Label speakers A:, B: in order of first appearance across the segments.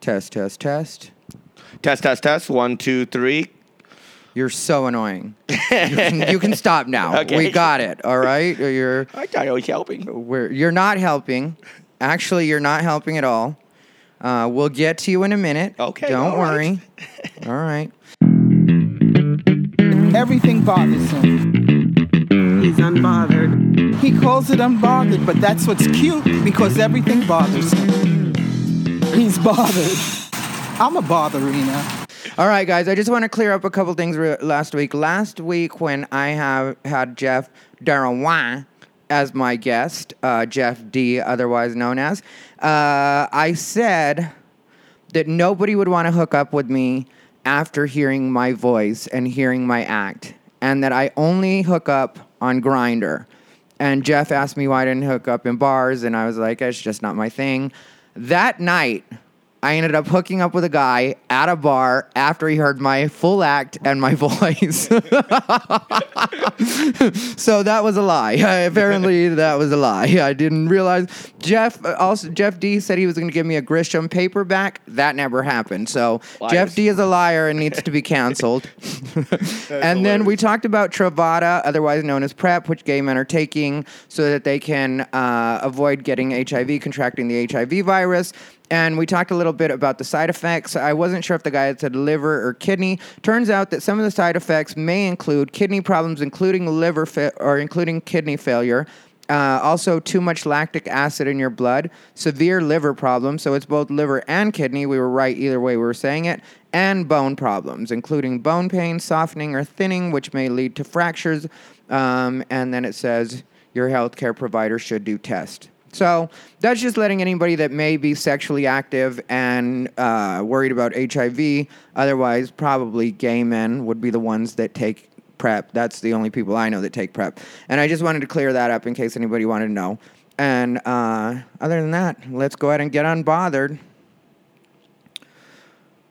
A: Test, test, test.
B: Test, test, test. One, two, three.
A: You're so annoying. you, can, you can stop now.
B: Okay.
A: We got it. All right. You're
B: I thought I was helping.
A: we're, you're not helping. Actually, you're not helping at all. Uh, we'll get to you in a minute.
B: Okay,
A: Don't
B: all
A: worry.
B: right.
A: all right.
C: Everything bothers him.
D: He's unbothered.
C: He calls it unbothered, but that's what's cute because everything bothers him. He's bothered. I'm a botherina.
A: All right, guys. I just want to clear up a couple things re- last week. Last week, when I have had Jeff Darouin as my guest, uh, Jeff D, otherwise known as, uh, I said that nobody would want to hook up with me after hearing my voice and hearing my act, and that I only hook up on Grinder. And Jeff asked me why I didn't hook up in bars, and I was like, it's just not my thing. That night, I ended up hooking up with a guy at a bar after he heard my full act and my voice. so that was a lie. Apparently, that was a lie. I didn't realize. Jeff uh, also Jeff D said he was going to give me a Grisham paperback. That never happened. So Jeff
B: Liars.
A: D is a liar and needs to be canceled. and then we talked about Travada, otherwise known as PrEP, which gay men are taking so that they can uh, avoid getting HIV, contracting the HIV virus. And we talked a little bit about the side effects. I wasn't sure if the guy had said liver or kidney. Turns out that some of the side effects may include kidney problems, including liver fa- or including kidney failure. Uh, also, too much lactic acid in your blood, severe liver problems. So it's both liver and kidney. We were right either way we were saying it. And bone problems, including bone pain, softening, or thinning, which may lead to fractures. Um, and then it says your healthcare provider should do test. So that's just letting anybody that may be sexually active and uh, worried about HIV. Otherwise, probably gay men would be the ones that take prep. That's the only people I know that take prep. And I just wanted to clear that up in case anybody wanted to know. And uh, other than that, let's go ahead and get unbothered.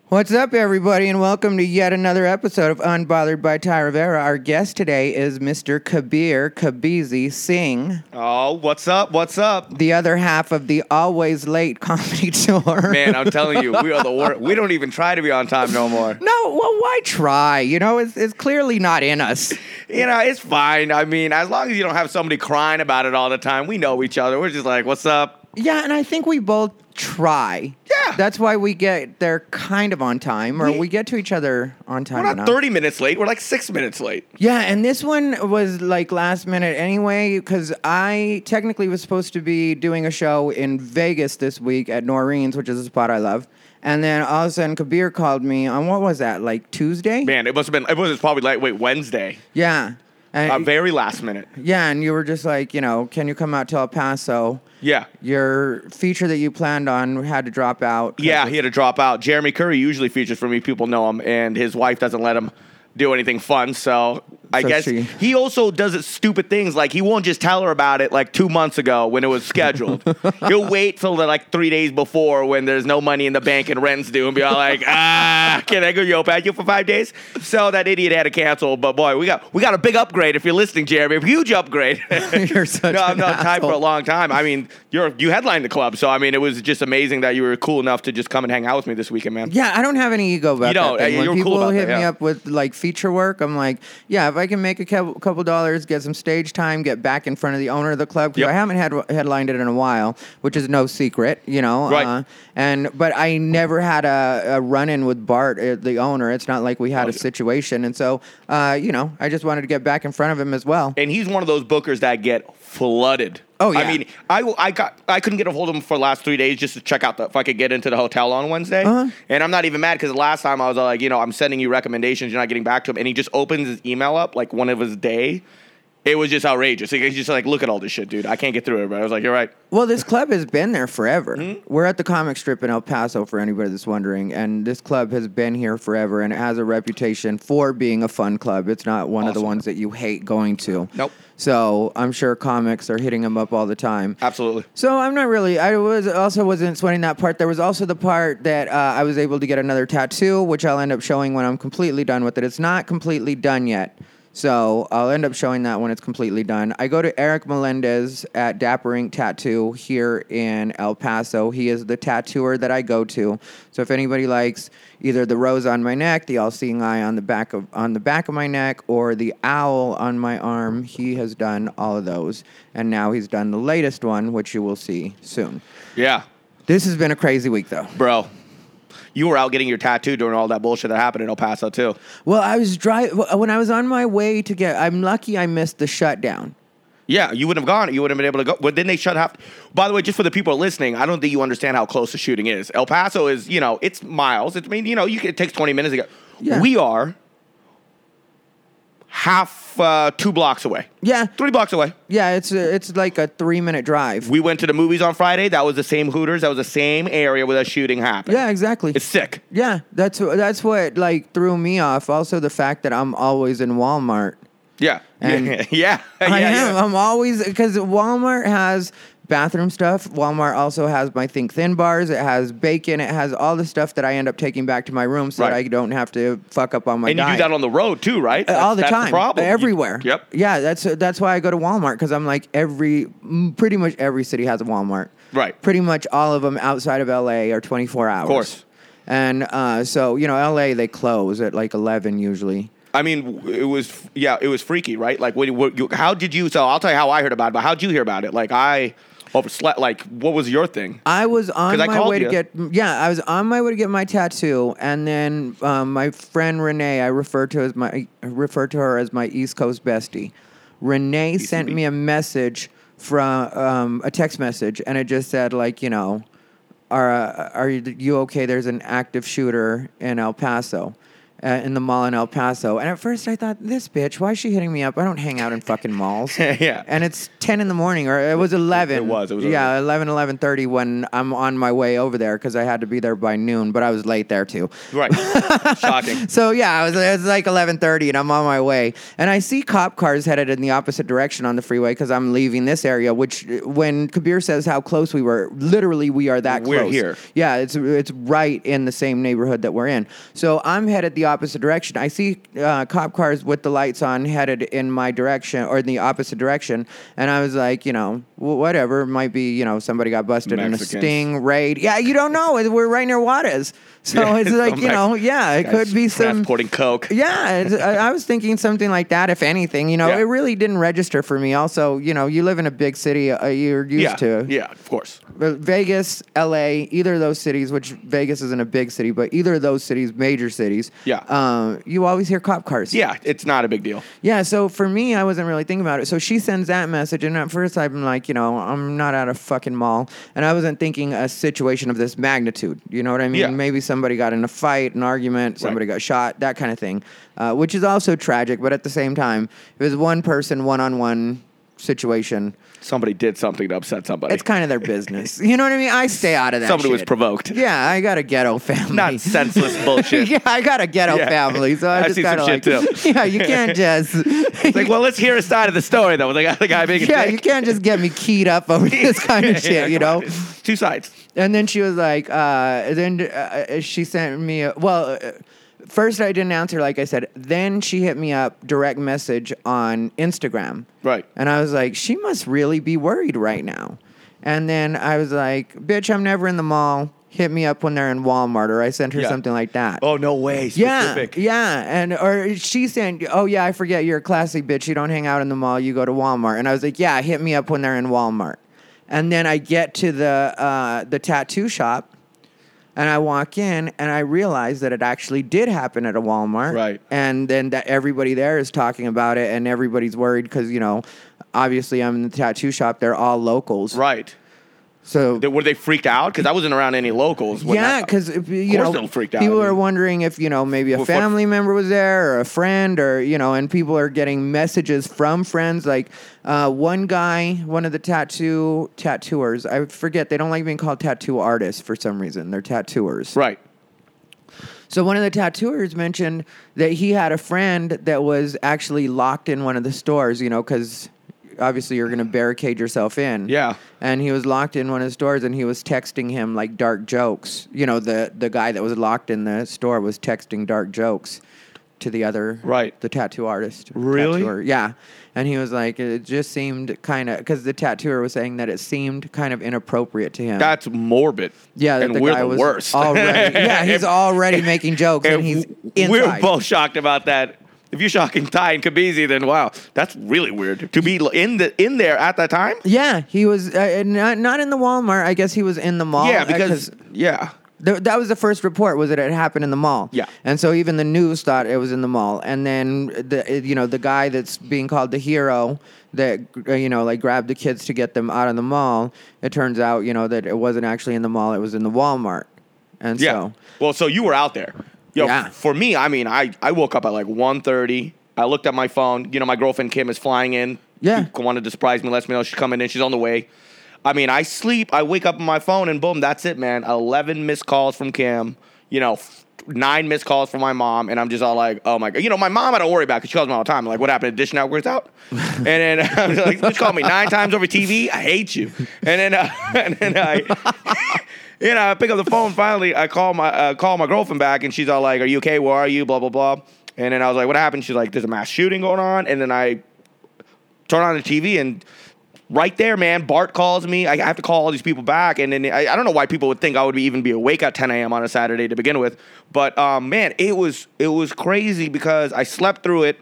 A: What's up, everybody, and welcome to yet another episode of Unbothered by Ty Rivera. Our guest today is Mr. Kabir Kabizi Singh,
B: Oh, what's up? What's up?
A: the other half of the Always Late Comedy Tour.
B: Man, I'm telling you, we are the worst. We don't even try to be on time no more.
A: No, well, why try? You know, it's, it's clearly not in us.
B: You know, it's fine. I mean, as long as you don't have somebody crying about it all the time, we know each other. We're just like, what's up?
A: Yeah, and I think we both try.
B: Yeah.
A: That's why we get there kind of on time, or we, get to each other on time.
B: We're
A: enough.
B: not 30 minutes late. We're like six minutes late.
A: Yeah, and this one was like last minute anyway, because I technically was supposed to be doing a show in Vegas this week at Noreen's, which is a spot I love. And then all of a sudden, Kabir called me on what was that, like Tuesday?
B: Man, it must have been, it was probably like, wait, Wednesday.
A: Yeah. And,
B: Uh, very last minute.
A: yeah, and you were just like, you know, can you come out to El Paso?
B: Yeah.
A: Your feature that you planned on had to drop out. 'cause
B: Yeah, he had to drop out. Jeremy Curry usually features for me. People know him, and his wife doesn't let him do anything fun. So I
A: So
B: guess
A: she-
B: he also does it stupid things. Like he won't just tell her about it like two months ago when it was scheduled. He'll wait till the, like three days before when there's no money in the bank and rent's due, and be all like, "Ah, can I go yelp at you for five days?" So that idiot had to cancel. But boy, we got we got a big upgrade. If you're listening, Jeremy, a huge upgrade.
A: You're such
B: no,
A: an
B: I'm not tied for a
A: asshole.
B: long time. I mean, you're you headlined the club, so I mean, it was just amazing that you were cool enough to just come and hang out with me this weekend, man.
A: Yeah, I don't have any ego about
B: You don't.
A: that. thing.
B: Uh,
A: when
B: you're cool
A: people
B: about
A: hit
B: that,
A: me
B: yeah.
A: up with like feature work, I'm like, yeah, if I can make a cou- couple dollars, get some stage time, get back in front of the owner of the club because
B: Yep.
A: I haven't had headlined it in a while, which is no secret, you know. uh,
B: Right.
A: and but I never had a, a run-in with Bart, uh, the owner. It's not like we
B: Oh,
A: had a situation, and so uh, you know, I just wanted to get back in front of him as well.
B: And he's one of those bookers that get flooded.
A: Oh, yeah.
B: I mean, I, w- I got I couldn't get a hold of him for the last three days just to check out the, if I could get into the hotel on Wednesday.
A: Uh-huh.
B: And I'm not even mad because last time I was like, you know, I'm sending you recommendations, you're not getting back to him, and he just opens his email up like one of his day. It was just outrageous. Like, He's just like, look at all this shit, dude. I can't get through it. But I was like, you're right.
A: Well, this club has been there forever.
B: Hmm?
A: We're at the comic strip in El Paso for anybody that's wondering, and this club has been here forever and it has a reputation for being a fun club. It's not one of the
B: Awesome.
A: ones that you hate going to.
B: Nope.
A: So I'm sure comics are hitting them up all the time.
B: Absolutely.
A: So I'm not really. I was also wasn't sweating that part. There was also the part that uh, I was able to get another tattoo, which I'll end up showing when I'm completely done with it. It's not completely done yet. So I'll end up showing that when it's completely done. I go to Eric Melendez at Dapper Ink Tattoo here in El Paso. He is the tattooer that I go to. So if anybody likes either the rose on my neck, the all-seeing eye on the back of on the back of my neck, or the owl on my arm, he has done all of those, and now he's done the latest one, which you will see soon.
B: Yeah,
A: This has been a crazy week, though.
B: bro. You were out getting your tattoo during all that bullshit that happened in El Paso too.
A: Well, I was driving when I was on my way to get. I'm lucky I missed the shutdown.
B: Yeah, you wouldn't have gone. You wouldn't have been able to go. But then they shut half. By the way, just for the people listening, I don't think you understand how close the shooting is. El Paso is, you know, it's miles. It, I mean, you know, you can, it takes twenty minutes to get.
A: Yeah.
B: We are half uh, two blocks away,
A: Yeah,
B: three blocks away.
A: yeah. It's a, it's like a three minute drive.
B: We went to the movies on Friday. That was the same Hooters. That was the same area where that shooting happened.
A: Yeah, exactly.
B: it's sick.
A: Yeah, that's that's what like threw me off. Also, the fact that I'm always in Walmart.
B: Yeah,
A: And-
B: yeah, Uh, yeah.
A: I
B: yeah,
A: am.
B: yeah.
A: I'm always because Walmart has bathroom stuff. Walmart also has my Think Thin bars. It has bacon. It has all the stuff that I end up taking back to my room so that
B: Right.
A: I don't have to fuck up on my.
B: And you do
A: diet.
B: that on the road too, right?
A: Uh, all the
B: That's-
A: time,
B: that's problem. You-
A: everywhere.
B: yep.
A: Yeah, that's that's why I go to Walmart because I'm like every, mm, pretty much every city has a Walmart.
B: Right.
A: Pretty much all of them outside of LA are 24 hours. Of
B: course.
A: And uh, so you know, LA they close at like 11 usually.
B: I mean, it was yeah, it was freaky, right? Like, what, what, you, how did you? So I'll tell you how I heard about it, but how'd you hear about it? Like, I overslept. Like, what was your thing?
A: I was on
B: 'Cause I
A: my
B: called
A: way
B: you.
A: to get yeah, I was on my way to get my tattoo, and then um, my friend Renee, I refer to as my refer to her as my East Coast bestie. Renee sent me a message from um, a text message, and it just said like you know, are uh, are you, you okay? There's an active shooter in El Paso. Uh, in the mall in El Paso, and at first I thought, "This bitch, why is she hitting me up? I don't hang out in fucking malls."
B: Yeah.
A: and it's ten in the morning, or it was eleven.
B: It was, it was
A: yeah,
B: early.
A: 11 11:30 when I'm on my way over there cuz I had to be there by noon but I was late there too.
B: Right, shocking.
A: So yeah, I was it was like 11:30 and I'm on my way and I see cop cars headed in the opposite direction on the freeway cuz I'm leaving this area which uh, when Kabir says how close we were literally we are that
B: We're
A: close.
B: here.
A: Yeah, it's it's right in the same neighborhood that we're in. So I'm headed the opposite direction. I see uh, cop cars with the lights on headed in my direction or in the opposite direction, and I was like, you know, w- whatever. Might be, you know, somebody got busted in
B: Mexicans.
A: a sting raid. Yeah, you don't know. We're right near Juarez, so
B: Yeah,
A: it's
B: so
A: like you
B: Mex-
A: know, yeah, it could be some.
B: transporting coke.
A: Yeah, it's- I, I was thinking something like that. If anything, you know,
B: Yeah.
A: it really didn't register for me. Also, you know, you live in a big city, uh, you're used
B: yeah,
A: to
B: yeah, of course.
A: but Vegas, LA, either of those cities, which Vegas isn't a big city, but either of those cities, major cities,
B: Yeah.
A: um, you always hear cop cars.
B: Yeah, it's not a big deal.
A: Yeah, so for me, I wasn't really thinking about it. So she sends that message, and at first I'm like, you know, I'm not at a fucking mall, and I wasn't thinking a situation of this magnitude. You know what I mean?
B: Yeah.
A: Maybe somebody got in a fight, an argument, somebody
B: Right.
A: got shot, that kind of thing, uh, which is also tragic. But at the same time, if it's one person, one on one situation,
B: Somebody did something to upset somebody.
A: it's kind of their business. you know what I mean? I stay out of that.
B: somebody was
A: shit.
B: provoked.
A: Yeah, I got a ghetto family.
B: Not senseless bullshit.
A: yeah, I got a ghetto
B: Yeah.
A: family, so I
B: I
A: just
B: see some
A: gotta like,
B: shit, too.
A: yeah, you can't just,
B: It's like, well, let's hear a side of the story though. The guy, the guy being a
A: yeah,
B: dick.
A: you can't just get me keyed up over this kind of shit,
B: Yeah,
A: you
B: come
A: know.
B: on. Two sides.
A: And then she was like, uh, then uh, she sent me, a, well, uh, first I didn't answer, like I said. Then she hit me up direct message on Instagram.
B: Right.
A: And I was like, she must really be worried right now. And then I was like, bitch, I'm never in the mall. Hit me up when they're in Walmart, or I sent her
B: Yeah.
A: something like that.
B: Oh no way. Specific.
A: Yeah, yeah, and or she said, "Oh yeah, I forget you're a classy bitch. You don't hang out in the mall. You go to Walmart." And I was like, "Yeah, hit me up when they're in Walmart." And then I get to the uh, the tattoo shop, and I walk in, and I realize that it actually did happen at a Walmart.
B: Right.
A: And then that everybody there is talking about it, and everybody's worried because you know, obviously I'm in the tattoo shop. They're all locals.
B: Right.
A: So
B: They- Were they freaked out? Because I wasn't around any locals. when
A: yeah,
B: that-
A: because you
B: course
A: know,
B: they'll freak out.
A: people
B: I
A: are
B: mean-
A: wondering if you know maybe a
B: Well, fuck-
A: family member was there or a friend or you know, and people are getting messages from friends. Like uh, one guy, one of the tattoo tattooers, I forget they don't like being called tattoo artists for some reason. They're tattooers.
B: right.
A: So one of the tattooers mentioned that he had a friend that was actually locked in one of the stores, you know, because obviously you're going to barricade yourself in.
B: Yeah.
A: And he was locked in one of the stores and he was texting him like dark jokes. You know, the, the guy that was locked in the store was texting dark jokes to the other,
B: Right.
A: the tattoo artist.
B: Really?
A: tattooer. Yeah. And he was like, it just seemed kind of, because the tattooer was saying that it seemed kind of inappropriate to him.
B: That's morbid.
A: yeah, that
B: and
A: the
B: we're
A: guy
B: the
A: was
B: worst.
A: Already, yeah, he's already making jokes, and, he's inside.
B: we're both shocked about that. If you're shocking Ty and Kabizi, then wow, that's really weird to be in the in there at that time.
A: Yeah, he was uh, not not in the Walmart. I guess he was in the mall.
B: yeah,
A: uh,
B: because yeah,
A: th- that was the first report was that it happened in the mall.
B: Yeah.
A: and so even the news thought it was in the mall. And then the uh, you know the guy that's being called the hero that uh, you know like grabbed the kids to get them out of the mall. It turns out you know that it wasn't actually in the mall. It was in the Walmart. And
B: yeah.
A: so
B: Well, so you were out there. Yo,
A: Yeah.
B: f- For me, I mean, I I woke up at like 1.30. I looked at my phone. You know, my girlfriend Kim is flying in.
A: Yeah.
B: She wanted to surprise me. Lets me know she's coming in. She's on the way. I mean, I sleep. I wake up on my phone, and boom, that's it, man. Eleven missed calls from Kim. You know. f- Nine missed calls from my mom, and I'm just all like, "Oh my god!" You know, my mom I don't worry about because she calls me all the time. like, what happened? Dish Network's out, and then I'm like, "Bitch, call me nine times over TV. I hate you." And then, uh, and then I, you know, I pick up the phone. Finally, I call my uh, call my girlfriend back, and she's all like, "Are you okay? Where are you?" Blah blah blah. And then I was like, "What happened?" She's like, "There's a mass shooting going on." And then I turn on the TV, and right there, man, Bart calls me. I have to call all these people back, and then I, I don't know why people would think I would be, even be awake at 10 a.m. on a Saturday to begin with. But um, man, it was it was crazy because I slept through it.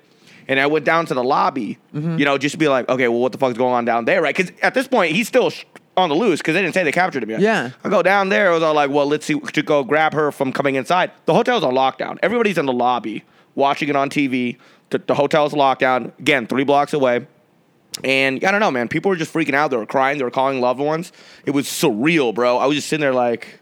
B: And I went down to the lobby, you know, just to be like, okay, well, what the fuck's going on down there, right? Because at this point, he's still sh- on the loose because they didn't say they captured him yet.
A: Yeah.
B: I go down there. It was all like, well, let's see to go grab her from coming inside. The hotel's on lockdown. Everybody's in the lobby watching it on TV. The, the hotel's locked down. Again, three blocks away. And I don't know, man. People were just freaking out. They were crying. They were calling loved ones. It was surreal, bro. I was just sitting there like,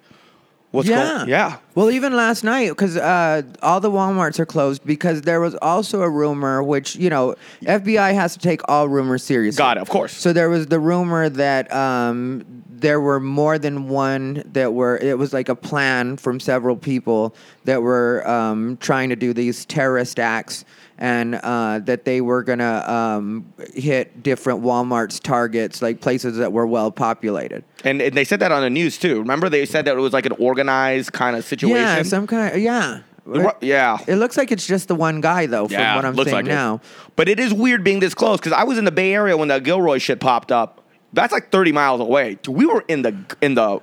B: what's
A: yeah.
B: going Yeah.
A: Well, even last night, because uh, all the Walmarts are closed because there was also a rumor, which, you know, FBI has to take all rumors seriously.
B: Got it, of course.
A: So there was the rumor that um, there were more than one that were, it was like a plan from several people that were um, trying to do these terrorist acts and uh, that they were going to um, hit different Walmart's targets, like places that were well populated.
B: And, and they said that on the news too. Remember, they said that it was like an organized kind of situation.
A: Yeah, some kind of, yeah.
B: Ru- yeah.
A: It looks like it's just the one guy, though, from what I'm
B: looks
A: seeing
B: like it.
A: now.
B: But it is weird being this close because I was in the Bay Area when that Gilroy shit popped up. That's like 30 miles away. Dude, We were in the in the.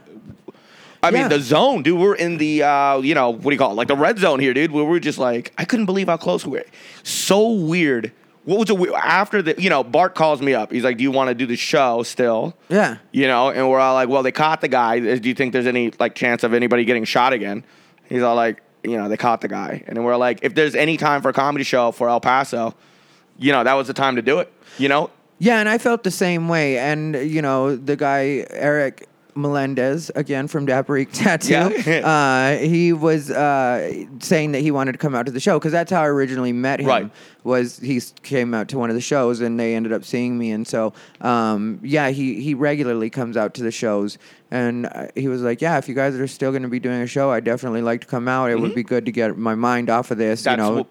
B: I mean
A: Yeah.
B: the zone, dude. We're in the uh, you know what do you call it? Like the red zone here, dude. Where we're just like, I couldn't believe how close we were. So weird. What was the we- after the? You know, Bart calls me up. He's like, "Do you want to do the show still?"
A: Yeah.
B: you know, and we're all like, well, they caught the guy. Do you think there's any like chance of anybody getting shot again? He's all like, you know, they caught the guy, and then we're like, if there's any time for a comedy show for El Paso, you know, that was the time to do it. You know,
A: Yeah, and I felt the same way. And, you know, the guy, Eric Melendez, again from Dapperique Tattoo,
B: Yeah.
A: uh, he was uh, saying that he wanted to come out to the show because that's how I originally met him.
B: Right.
A: Was he s- came out to one of the shows and they ended up seeing me. And so, um, yeah, he, he regularly comes out to the shows. And uh, he was like, Yeah, if you guys are still going to be doing a show, I'd definitely like to come out. It would be good to get my mind off of this.
B: Mm-hmm. that's
A: you know,
B: what-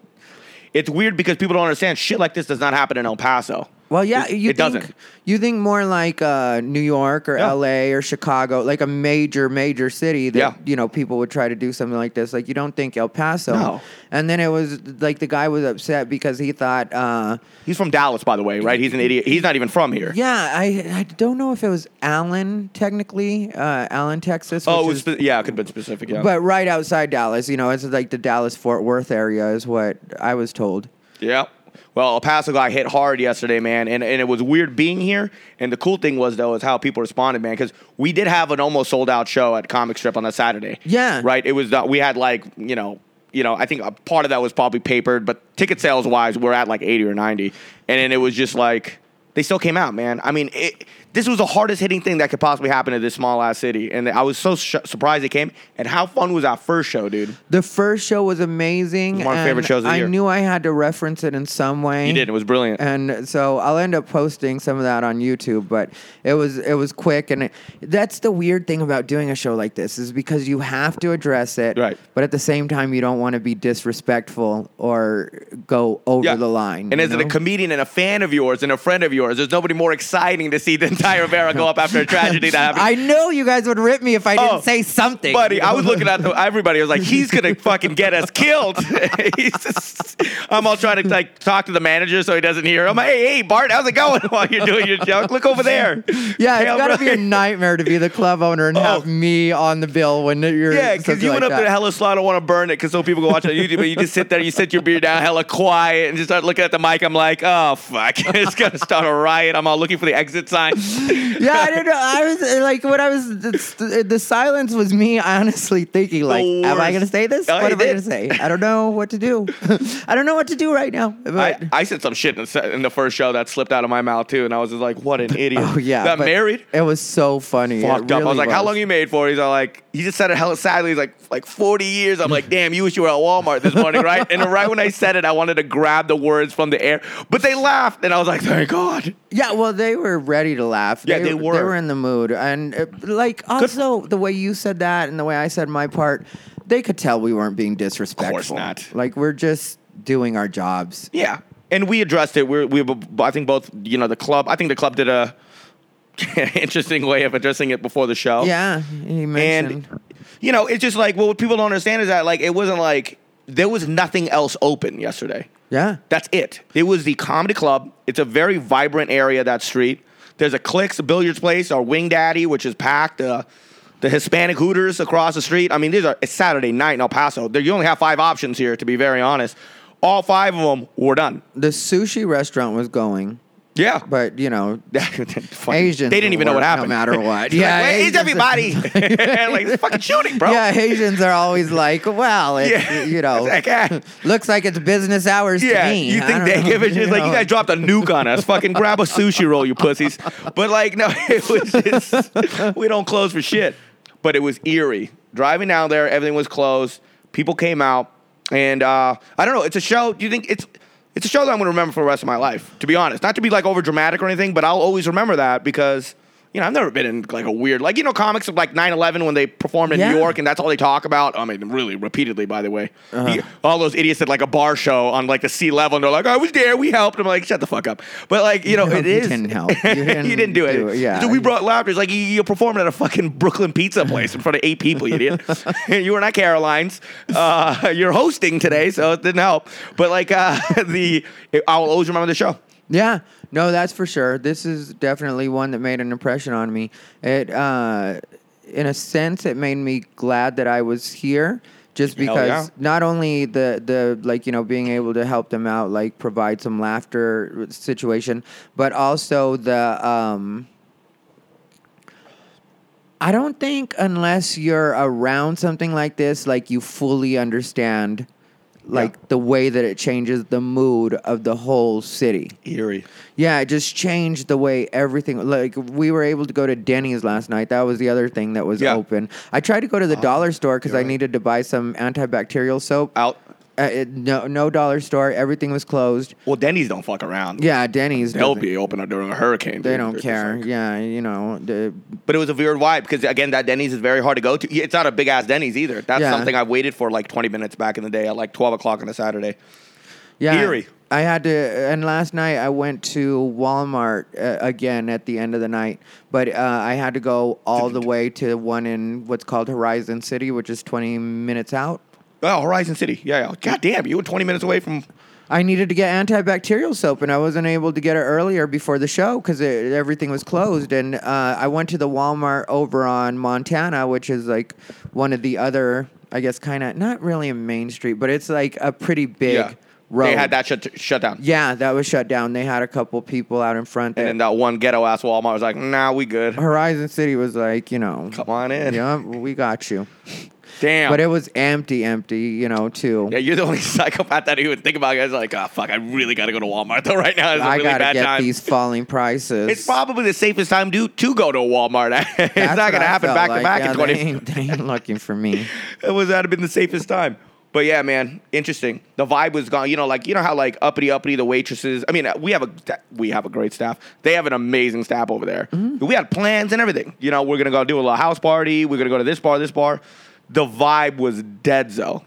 B: it's weird because people don't understand shit like this does not happen in El Paso.
A: Well, yeah,
B: It-
A: you
B: it
A: think,
B: doesn't.
A: You think more like uh, New York or
B: Yeah.
A: L.A. or Chicago, like a major, major city that
B: Yeah.
A: you know people would try to do something like this. Like you don't think El Paso.
B: No.
A: And then it was like the guy was upset because he thought, uh,
B: He's from Dallas, by the way, right? He's an idiot. He's not even from here.
A: yeah, I I don't know if it was Allen technically, uh, Allen, Texas.
B: Oh, it
A: which
B: was
A: is-
B: spe- yeah, it could have been specific. Yeah.
A: but right outside Dallas, you know, it's like the Dallas Fort Worth area is what I was told.
B: Yeah. Well, El Paso got hit hard yesterday, man, and, and it was weird being here. And the cool thing was though is how people responded, man, because we did have an almost sold out show at Comic Strip on a Saturday.
A: Yeah.
B: right. It was not, we had like you know you know I think a part of that was probably papered, but ticket sales wise, we're at like eighty or ninety, and then it was just like they still came out, man. I mean, it, this was the hardest hitting thing that could possibly happen to this small ass city, and I was so sh- surprised they came. And how fun was our first show, dude?
A: The first show was amazing.
B: One of my
A: and
B: favorite shows of the
A: I
B: year.
A: knew I had to reference it in some way.
B: You did. It was brilliant.
A: and so I'll end up posting some of that on YouTube. But it was it was quick, and it, that's the weird thing about doing a show like this is because you have to address it,
B: Right.
A: But at the same time, you don't want to be disrespectful or go over the line.
B: And
A: you
B: as a
A: know?
B: comedian and a fan of yours and a friend of yours, there's nobody more exciting to see than Ty Rivera go up after a tragedy that happened.
A: I know you guys would rip me if I didn't
B: Oh,
A: say something.
B: Buddy, I was looking at the, everybody. I was like, he's gonna fucking get us killed. He's just- I'm all trying to like talk to the manager so he doesn't hear. I'm like, hey, hey, Bart, how's it going while you're doing your joke? Look over there.
A: Yeah,
B: Hey,
A: it's
B: I'm
A: got to be a
B: really-
A: nightmare to be the club owner and
B: Oh.
A: have me on the bill when you're
B: Yeah, because
A: something
B: you went
A: like
B: up there
A: that.
B: hella slow. I don't want to burn it because so people go watch it on YouTube. But you just sit there, you sit your beer down, hella quiet, and just start looking at the mic. I'm like, oh fuck, it's gonna start a riot. I'm all looking for the exit sign.
A: Yeah, I don't know. I was uh, like, when I was, the, the silence was me honestly thinking, like, am I
B: worst.
A: going to say this?
B: Oh,
A: what
B: you
A: am I
B: did.
A: going to say? I don't know what to do. I don't know what to do right now. But
B: I, I said some shit in the, se- in the first show that slipped out of my mouth too, and I was just like, what an idiot.
A: oh yeah,
B: got
A: but
B: married.
A: It was so funny. It
B: fucked up. I was
A: really
B: like, "How long you made for?" it?" He's all like, "He just said it hella sadly." He's like, "Like forty years." I'm like, "Damn, you wish you were at Walmart this morning, right?" And right when I said it, I wanted to grab the words from the air, but they laughed, and I was like, "Thank God."
A: Yeah, well, they were ready to laugh.
B: Yeah, they
A: They
B: were.
A: were in the mood, and uh, like also the way you said that and the way I said my part, they could tell we weren't being disrespectful.
B: not.
A: Like we're just doing our jobs.
B: Yeah, and we addressed it. We're, we, I think both, you know, the club. I think the club did a interesting way of addressing it before the show.
A: Yeah, he mentioned.
B: and you know, it's just like, well, what people don't understand is that like it wasn't like there was nothing else open yesterday.
A: yeah,
B: That's it. It was the comedy club. It's a very vibrant area that street. There's a Clicks, a billiards place, our Wing Daddy, which is packed. Uh, the Hispanic Hooters across the street. I mean, these are it's Saturday night in El Paso. There, you only have five options here, to be very honest. All five of them were done.
A: the sushi restaurant was going,
B: Yeah,
A: but you know,
B: Fucking-
A: Asians.
B: They didn't even know what
A: work
B: happened.
A: No matter what.
B: Like,
A: yeah,
B: where is
A: Asians-
B: everybody? like it's fucking shooting, bro.
A: Yeah, Asians are always like, well, it's,
B: Yeah.
A: you know,
B: It's like, ah.
A: looks like it's business hours
B: Yeah,
A: to me.
B: you
A: I
B: think
A: don't
B: they
A: know,
B: give a shit? It's like you
A: know.
B: guys dropped a nuke on us. Fucking grab a sushi roll, you pussies. But like, no, it was just we don't close for shit. But it was eerie. Driving down there, everything was closed. People came out, and uh, I don't know. It's a show. Do you think it's it's a show that I'm going to remember for the rest of my life? To be honest, not to be like over dramatic or anything, but I'll always remember that because. You know, I've never been in like a weird, like, you know, comics of like 9 11 when they performed in
A: Yeah.
B: New York and that's all they talk about. I mean, really, repeatedly, by the way.
A: Uh-huh.
B: You- all those idiots at like a bar show on like the sea level, and they're like, "I was there, we helped." I'm like, "Shut the fuck up!" But like, you know,
A: No,
B: it
A: you
B: is-
A: didn't help. You
B: You didn't,
A: didn't
B: do it.
A: do it, yeah.
B: So we brought laughter. It's like you- you're performing at a fucking Brooklyn pizza place in front of eight people, you idiot. you were not Caroline's. Uh, you're hosting today, so it didn't help. But like uh, the, I'll always remember the show.
A: Yeah, no, that's for sure. This is definitely one that made an impression on me. It, uh, in a sense, it made me glad that I was here, just
B: Hell
A: because
B: yeah.
A: not only the the like you know being able to help them out, like provide some laughter situation, but also the um. I don't think unless you're around something like this, like you fully understand, like the way that it changes the mood of the whole city.
B: Eerie.
A: Yeah, it just changed the way everything. Like we were able to go to Denny's last night. That was the other thing that was
B: Yeah.
A: open. I tried to go to the dollar store because I needed to buy some antibacterial soap.
B: Out.
A: Uh, it, no, no dollar store. Everything was closed.
B: Well, Denny's don't fuck around.
A: Yeah, Denny's.
B: They'll
A: doesn't-
B: be open during a hurricane.
A: They
B: dude.
A: don't
B: They're just
A: care.
B: like-
A: yeah, you know. The,
B: But it was a weird vibe because again, that Denny's is very hard to go to. Yeah, It's not a big ass Denny's either. That's
A: Yeah.
B: something I waited for like twenty minutes back in the day at like twelve o'clock on a Saturday.
A: yeah.
B: Eerie.
A: I had to, and last night I went to Walmart uh, again at the end of the night, but uh, I had to go all the way to one in what's called Horizon City, which is 20 minutes out.
B: Oh, Horizon City. Yeah, yeah. God damn, you were twenty minutes away from.
A: I needed to get antibacterial soap, and I wasn't able to get it earlier before the show because everything was closed. And uh, I went to the Walmart over on Montana, which is like one of the other, I guess, kind of not really a main street, but it's like a pretty big
B: yeah,
A: road.
B: they had that shut shut down.
A: Yeah, that was shut down. They had a couple people out in front.
B: And
A: that-
B: then that one ghetto ass Walmart was like, Nah, we good.
A: Horizon City was like, you know,
B: Come on in.
A: yeah, we got you.
B: Damn.
A: But it was empty, empty, you know, too.
B: yeah, you're the only psychopath that even think about. it. It's like, oh fuck, I really gotta go to Walmart though right now. It's a
A: I
B: really
A: gotta
B: bad
A: get
B: time.
A: these falling prices.
B: It's probably the safest time to to go to a Walmart. it's
A: That's
B: not
A: what
B: gonna
A: I
B: happen
A: felt
B: back to
A: like.
B: back
A: Yeah,
B: in twenty.
A: They ain't, they ain't looking for me.
B: it was that'd have been the safest time. But yeah, man, interesting. The vibe was gone. You know, like you know how like uppity uppity the waitresses. I mean, uh, we have a we have a great staff. They have an amazing staff over there.
A: Mm-hmm.
B: We had plans and everything. You know, we're gonna go do a little house party. We're gonna go to this bar, this bar. The vibe was dead. So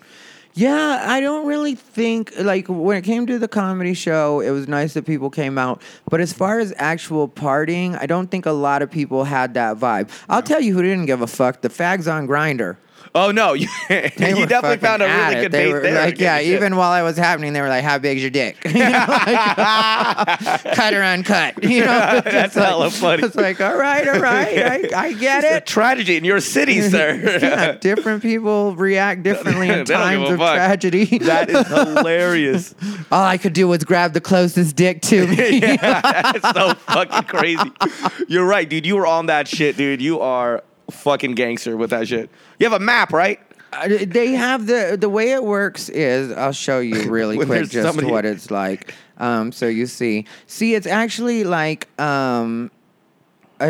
A: Yeah, I don't really think like when it came to the comedy show, it was nice that people came out. But as far as actual partying, I don't think a lot of people had that vibe. I'll tell you who didn't give a fuck: the fags on Grinder.
B: Oh no, you,
A: They
B: you
A: were
B: definitely
A: fucking
B: found a
A: at
B: really
A: it.
B: good
A: They
B: base
A: were
B: there.
A: Like, yeah,
B: Good shit.
A: even while I was happening, they were like, "How big's your dick?" You know, like, cut or uncut. You know,
B: That's
A: like,
B: hella funny.
A: It's like, all right, all right, I, I get
B: a
A: it.
B: tragedy in your city,
A: Yeah,
B: sir.
A: different people react differently
B: They
A: in
B: don't give
A: times
B: a
A: of
B: fuck.
A: tragedy.
B: that is hilarious.
A: All I could do was grab the closest dick to me.
B: yeah, that's so fucking crazy. You're right, dude. You were on that shit, dude. You are fucking gangster with that shit. You have a map, right?
A: Uh, they have the the way it works is I'll show you really
B: When
A: quick
B: there's
A: just
B: somebody-
A: what it's like. Um, so you see, see, it's actually like um, I,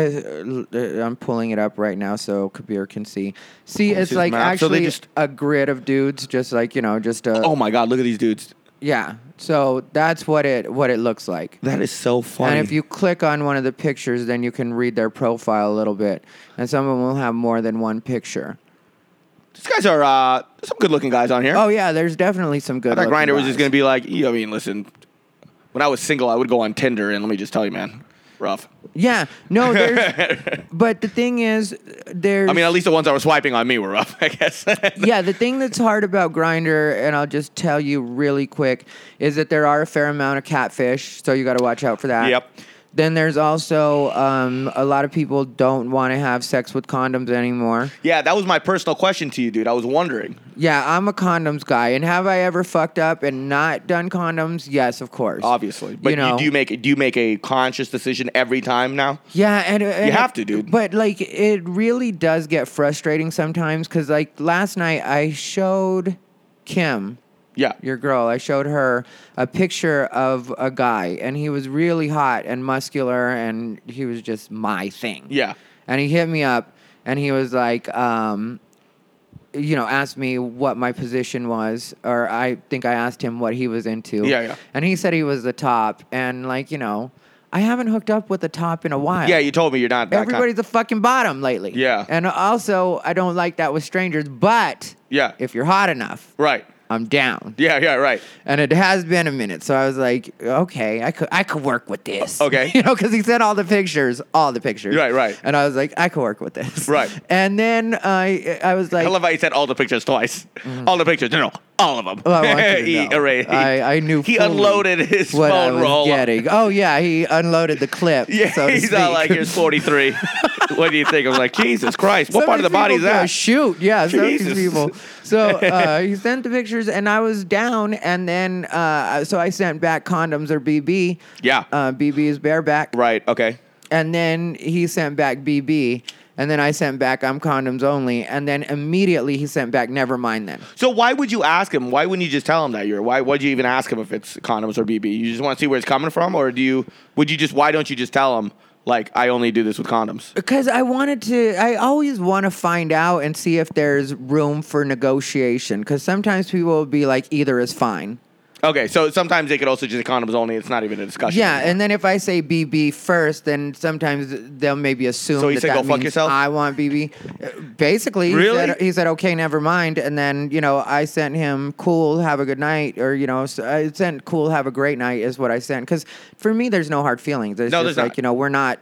A: am pulling it up right now so Kabir can see. See,
B: Oh,
A: it's
B: see the
A: like
B: map. So they
A: actually
B: just-
A: a grid of dudes, just like you know, just a
B: Oh my god, look at these dudes.
A: yeah. So that's what it what it looks like.
B: That is so funny.
A: And if you click on one of the pictures, then you can read their profile a little bit. And some of them will have more than one picture.
B: these guys are uh, some good-looking guys on here.
A: Oh yeah, there's definitely some good.
B: I thought Grinder was just gonna
A: to
B: be like, you know, I mean, listen. When I was single, I would go on Tinder, and let me just tell you, man, rough.
A: Yeah, no, there's. but the thing is, there's.
B: I mean, at least the ones that were swiping on me were rough, I guess.
A: yeah, the thing that's hard about Grinder, and I'll just tell you really quick, is that there are a fair amount of catfish, so you got to watch out for that.
B: Yep.
A: Then there's also um, a lot of people don't want to have sex with condoms anymore.
B: yeah, that was my personal question to you, dude. I was wondering.
A: Yeah, I'm a condoms guy. And have I ever fucked up and not done condoms? Yes, of course.
B: obviously. But you
A: you know.
B: do you make do you make a conscious decision every time now?
A: Yeah, and, and
B: have
A: it-
B: to, dude.
A: But like, it really does get frustrating sometimes because, like, last night I showed Kim,
B: Yeah.
A: your girl, I showed her a picture of a guy, and he was really hot and muscular, and he was just my thing.
B: Yeah.
A: And he hit me up and he was like, um, you know, asked me what my position was, or I think I asked him what he was into.
B: Yeah, yeah.
A: And he said he was the top. And, like, you know, I haven't hooked up with the top in a while.
B: Yeah, you told me you're not that kind-
A: Everybody's a fucking bottom lately.
B: Yeah.
A: And also, I don't like that with strangers, but
B: Yeah.
A: if you're hot enough,
B: right.
A: I'm down.
B: Yeah, yeah, right.
A: And it has been a minute. So I was like, okay, I could I could work with this.
B: Okay.
A: You know, because he sent all the pictures, all the pictures.
B: Right, right.
A: And I was like, I could work with this.
B: Right.
A: And then I I was like,
B: I love how he said all the pictures twice. All the pictures. No, no, all of them.
A: Well, "Oh, I want you to
B: he
A: know.
B: arrayed-
A: I, I knew
B: He
A: fully
B: unloaded his
A: what I
B: phone
A: was
B: roll.
A: getting. Oh yeah, he unloaded the clip.
B: Yeah,
A: so to
B: he's all
A: speak.
B: like, here's 43. what do you think? I'm like, Jesus Christ. What
A: Some
B: part of the
A: these
B: body is
A: people go,
B: that?
A: Shoot, yeah, some of these
B: Jesus.
A: people. So uh, he sent the pictures, and I was down, and then uh, so I sent back condoms or BB.
B: Yeah.
A: uh, BB is bareback.
B: right, okay.
A: And then he sent back BB. And then I sent back I'm condoms only. And then immediately he sent back never mind then.
B: So why would you ask him? Why wouldn't you just tell him that you're? Why would you even ask him if it's condoms or BB? You just want to see where it's coming from, or do you? Would you just? Why don't you just tell him? Like I only do this with condoms.
A: Because I wanted to, I always want to find out and see if there's room for negotiation. Because sometimes people will be like, either is fine.
B: Okay, so sometimes they could also just say condoms only. It's not even a discussion.
A: Yeah, and then if I say BB first, then sometimes they'll maybe assume
B: So he
A: that,
B: said,
A: that
B: "Go fuck
A: means
B: yourself"?
A: I want BB. Uh, Basically, he
B: Really?
A: said- he said, "Okay, never mind." And then you know, I sent him "Cool, have a good night," or you know, s- I sent "Cool, have a great night" is what I sent because for me, there's no hard feelings. It's
B: No,
A: just
B: there's
A: like
B: not.
A: you know, we're not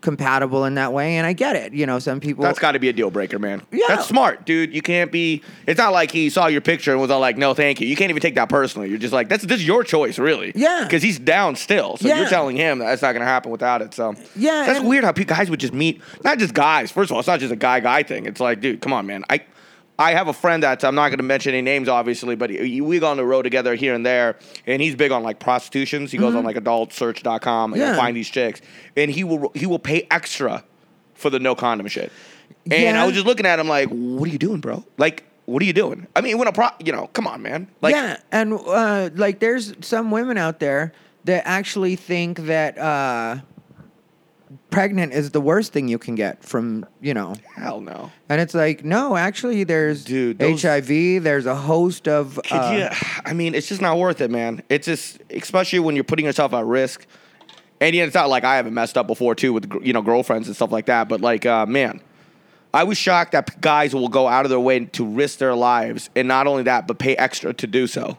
A: compatible in that way, and I get it. You know, some people
B: that's got to be a deal breaker, man.
A: Yeah.
B: that's smart, dude. You can't be. It's not like he saw your picture and was all like, "No, thank you." You can't even take that personally. You're just like, "That's this is your choice, really."
A: Yeah.
B: because he's down still. So
A: Yeah.
B: you're telling him that that's not going to happen without it. So
A: Yeah,
B: that's
A: and-
B: weird how pe- guys would just meet. Not just guys. First of all, it's not just a guy guy thing. It's like, dude, come on, man. I I have a friend that's I'm not going to mention any names, obviously, but he, we go on the road together here and there, and he's big on like prostitutions. He goes on like adultsearch.com and he'll
A: Mm-hmm. Yeah.
B: find these chicks, and he will he will pay extra for the no condom shit. And
A: Yeah.
B: I was just looking at him like, what are you doing, bro? Like, what are you doing? I mean, when a pro, you know, come on, man. Like,
A: yeah, and uh, like there's some women out there that actually think that uh, pregnant is the worst thing you can get from you know,
B: hell no.
A: and it's like no, actually there's
B: Dude, those-
A: HIV, there's a host of
B: Could
A: uh,
B: you, I mean, it's just not worth it, man. It's just, especially when you're putting yourself at risk. And yeah, it's not like I haven't messed up before too with gr- you know girlfriends and stuff like that. But like, uh, man, I was shocked that guys will go out of their way to risk their lives, and not only that, but pay extra to do so.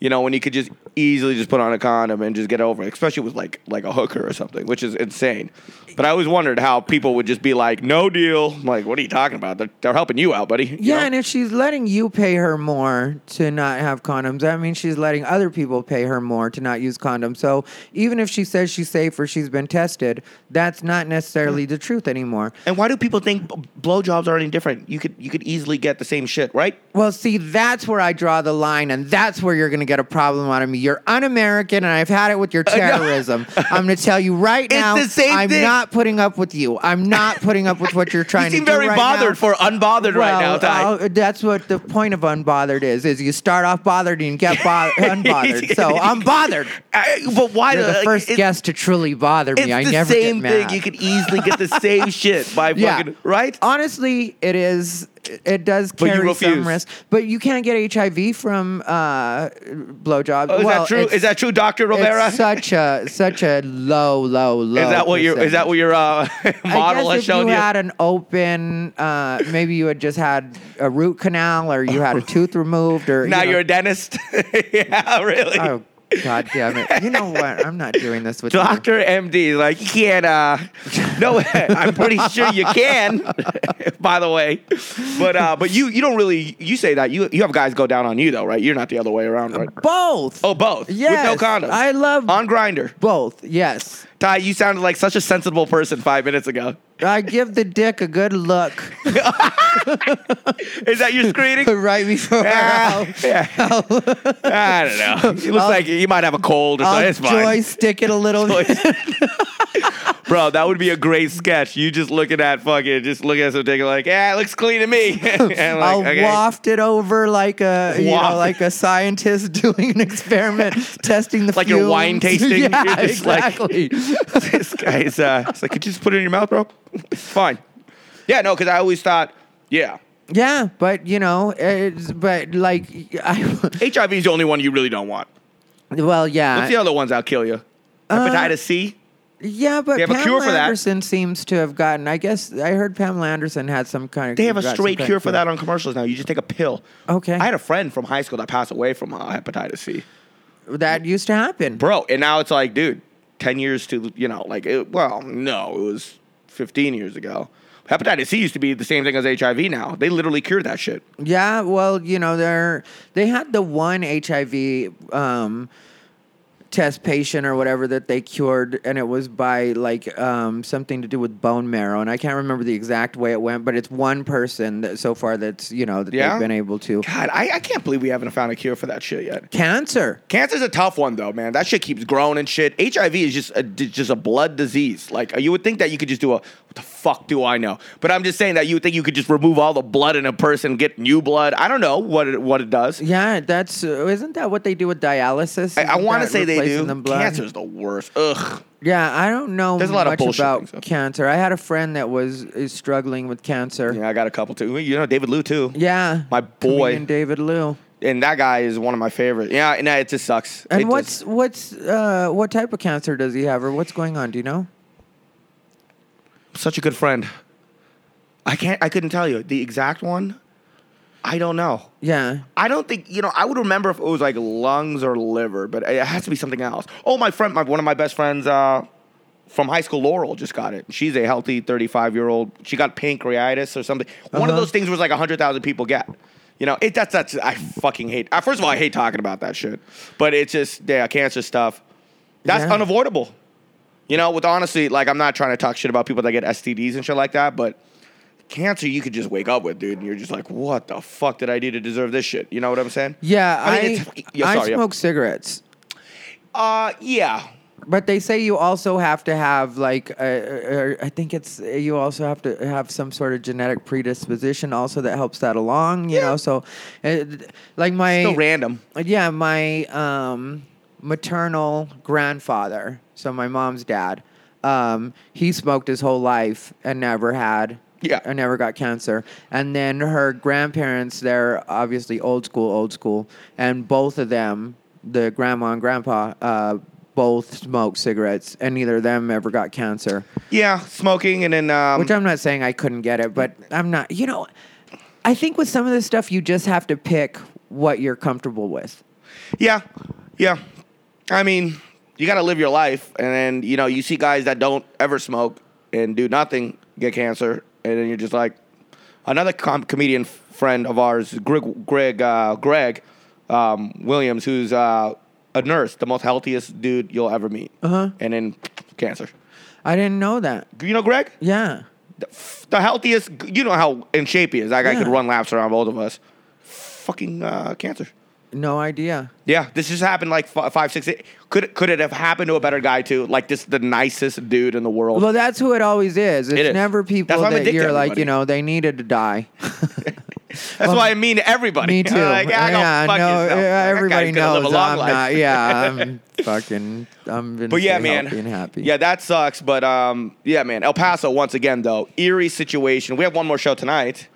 B: You know, when you could just easily just put on a condom and just get over it, especially with like like a hooker or something, which is insane. But I always wondered how people would just be like, "No deal." I'm like, what are you talking about? They're, they're helping you out, buddy. You
A: Yeah,
B: know?
A: and if she's letting you pay her more to not have condoms, that means she's letting other people pay her more to not use condoms. So even if she says she's safe or she's been tested, that's not necessarily the truth anymore.
B: And why do people think b- blowjobs are any different? You could you could easily get the same shit, right?
A: Well, see, that's where I draw the line, and that's where you're going to get a problem out of me. You're un-American, and I've had it with your terrorism. I'm going to tell you right
B: It's
A: now,
B: the same
A: I'm
B: thing.
A: not putting up with you. I'm not putting up with what you're trying
B: You seem
A: to do
B: very
A: right
B: bothered
A: now.
B: for unbothered right now, Ty.
A: uh, that's what the point of unbothered is: is you start off bothered and you get bo- unbothered. So I'm bothered.
B: I- Uh, but why
A: You're
B: the-
A: the
B: like,
A: first
B: it-
A: guest to truly bother
B: It's
A: me. I
B: the
A: never
B: same
A: get
B: thing.
A: mad.
B: You could easily get the same shit by
A: Yeah. Uh,
B: fucking right.
A: Honestly, it is. It does
B: But you
A: carry some
B: refuse.
A: risk, but you can't get HIV from uh, blowjobs.
B: Oh, is
A: well,
B: that true?
A: it's-
B: Is that true, Doctor Rivera?
A: It's such a such a low, low, low.
B: is that what your is that what your uh,
A: I
B: model
A: guess
B: has
A: if you
B: shown you?
A: had an open, uh, maybe you had just had a root canal, or you had a tooth removed, or
B: now
A: you know-
B: you're a dentist. yeah, really.
A: Oh God damn it! You know what? I'm not doing this with you.
B: Doctor MD, like you can't. Uh, no, I'm pretty sure you can. by the way, but uh, but you you don't really you say that you you have guys go down on you though, right? You're not the other way around, right?
A: Both.
B: Oh, both.
A: Yes,
B: with no condoms.
A: I love-
B: on grinder.
A: Both. Yes.
B: Ty, you sounded like such a sensible person five minutes ago.
A: I give the dick a good look
B: Is that your screening?
A: right before.
B: Ah,
A: I'll-
B: yeah. I don't know. It looks like you might have a cold or something.
A: I'll
B: It's fine.
A: joystick it a little bit.
B: Bro, that would be a great sketch. You just looking at fucking, just looking at some dick, like, yeah, it looks clean to me. and like,
A: I'll
B: okay.
A: waft it over like a you know,
B: Waft.
A: like a scientist doing an experiment, testing the
B: Like your wine
A: fumes.
B: tasting,
A: yeah,
B: you're just like-
A: exactly.
B: this guy's, uh, it's like, could you just put it in your mouth, bro? It's fine. Yeah, no, because I always thought, yeah,
A: yeah, but you know, it's, but like, I,
B: HIV is the only one you really don't want.
A: well,
B: What's the
A: yeah,
B: other ones that'll kill you? Hepatitis C?
A: yeah, but
B: They have a
A: Pamela
B: cure for that.
A: Anderson seems to have gotten. I guess I heard Pamela Anderson had some kind of.
B: They have a
A: got some
B: straight
A: kind of
B: cure for that on commercials now. You just take a pill.
A: Okay.
B: I had a friend from high school that passed away from uh, hepatitis C.
A: That used to happen.
B: bro. And now it's like, dude, ten years to you know, like, it, well, no, it was fifteen years ago. Hepatitis C used to be the same thing as HIV. Now they literally cured that shit.
A: Yeah, well, you know, they're they had the one HIV um test patient or whatever that they cured and it was by like um something to do with bone marrow and I can't remember the exact way it went, but it's one person that so far that's, you know, that
B: Yeah?
A: they've been able to
B: God, I, I can't believe we haven't found a cure for that shit yet.
A: cancer.
B: Cancer's a tough one though, man. That shit keeps growing and shit. HIV is just a, d- just a blood disease. Like you would think that you could just do a what the fuck do I know? But I'm just saying that you would think you could just remove all the blood in a person, get new blood. I don't know what it, what it does.
A: Yeah, that's uh, isn't that what they do with dialysis?
B: I, I
A: Isn't
B: want to
A: that
B: say they
A: replacing
B: do.
A: The blood?
B: Cancer's the worst. Ugh.
A: Yeah, I don't know
B: There's a lot of
A: much
B: bullshit
A: about
B: things, though.
A: cancer. I had a friend that was is struggling with cancer.
B: Yeah, I got a couple too. You know, David Liu too.
A: Yeah.
B: My boy.
A: Comedian David Liu.
B: and that guy is one of my favorites. Yeah, and it just sucks.
A: And
B: It
A: what's
B: just-
A: what's uh, what type of cancer does he have, or what's going on? Do you know?
B: such a good friend? I can't. I couldn't tell you the exact one. I don't know.
A: Yeah,
B: I don't think you know. I would remember if it was like lungs or liver, but it has to be something else. Oh, my friend, my one of my best friends uh, from high school, Laurel, just got it. She's a healthy thirty-five-year-old. She got pancreatitis or something. One of
A: Uh-huh.
B: those things was like hundred thousand people get. You know, it that's that's I fucking hate. Uh, first of all, I hate talking about that shit, but it's just yeah, cancer stuff. That's
A: Yeah.
B: unavoidable. You know, with honestly, like I'm not trying to talk shit about people that get STDs and shit like that, but cancer you could just wake up with, dude, and you're just like, what the fuck did I do to deserve this shit? You know what I'm saying?
A: yeah. I
B: I mean, it's- yeah,
A: I
B: sorry, yeah.
A: smoke cigarettes,
B: Uh, yeah.
A: but they say you also have to have like uh, uh, I think it's you also have to have some sort of genetic predisposition also that helps that along. You know, so uh, like my
B: Still random.
A: Yeah, my um, maternal grandfather, so my mom's dad, um, he smoked his whole life and never had.
B: Yeah.
A: And never got cancer. And then her grandparents, they're obviously old school, old school, and both of them, the grandma and grandpa, uh, both smoked cigarettes, and neither of them ever got cancer.
B: Yeah, smoking and then um,
A: Which I'm not saying I couldn't get it, but I'm not. You know, I think with some of this stuff, you just have to pick what you're comfortable with.
B: Yeah, yeah. I mean, you got to live your life, and then you know you see guys that don't ever smoke and do nothing get cancer, and then you're just like, another com- comedian f- friend of ours, Greg Greg uh, Greg um, Williams, who's uh, a nurse, the most healthiest dude you'll ever meet,
A: Uh-huh.
B: and then cancer.
A: I didn't know that.
B: You know Greg,
A: Yeah.
B: the, f- the healthiest. You know how in shape he is. That guy could
A: Yeah.
B: run laps around both of us. Fucking uh, cancer.
A: No idea.
B: Yeah, this just happened like fi- five, six. Eight. Could could it have happened to a better guy too? Like this, the nicest dude in the world.
A: Well, that's who it always is. It's
B: It is.
A: never people
B: That's why I'm a
A: that
B: dick to
A: you're like,
B: everybody.
A: you know, they needed to die.
B: That's why I mean to everybody.
A: Me too.
B: like, ah, go
A: yeah,
B: fuck
A: no,
B: yourself.
A: yeah,
B: Like, that
A: everybody
B: guy's gonna
A: knows
B: live a long
A: I'm
B: life.
A: not. Yeah, I'm fucking. I'm been
B: But yeah,
A: so
B: man.
A: healthy and happy.
B: Yeah, that sucks. But um, yeah, man. El Paso once again though, eerie situation. We have one more show tonight,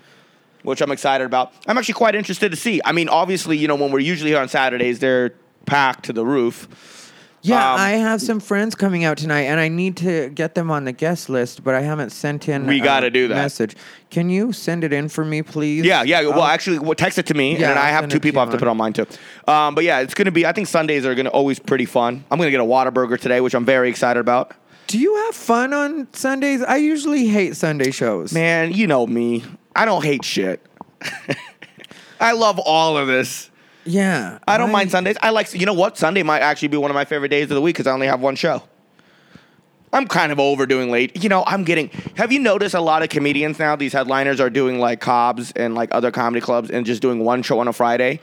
B: which I'm excited about. I'm actually quite interested to see. I mean, obviously, you know, when we're usually here on Saturdays, they're packed to the roof.
A: yeah.
B: um,
A: I have some friends coming out tonight, and I need to get them on the guest list, but I haven't sent in.
B: We
A: a
B: gotta do that.
A: Message. Can you send it in for me, please?
B: Yeah, yeah. Well,
A: I'll-
B: actually, well, text it to me,
A: Um, Yeah,
B: and then I
A: I'll
B: have
A: send
B: two
A: it to
B: people I
A: you
B: have to put on mine too. Um, but yeah, it's gonna be. I think Sundays are gonna always pretty fun. I'm gonna get a Whataburger today, which I'm very excited about.
A: Do you have fun on Sundays? I usually hate Sunday shows.
B: Man, you know me. I don't hate shit. I love all of this.
A: yeah.
B: I don't mind Sundays. I like. You know what? Sunday might actually be one of my favorite days of the week because I only have one show. I'm kind of overdoing late. You know, I'm getting. Have you noticed a lot of comedians now? These headliners are doing like Cobb's and like other comedy clubs and just doing one show on a Friday,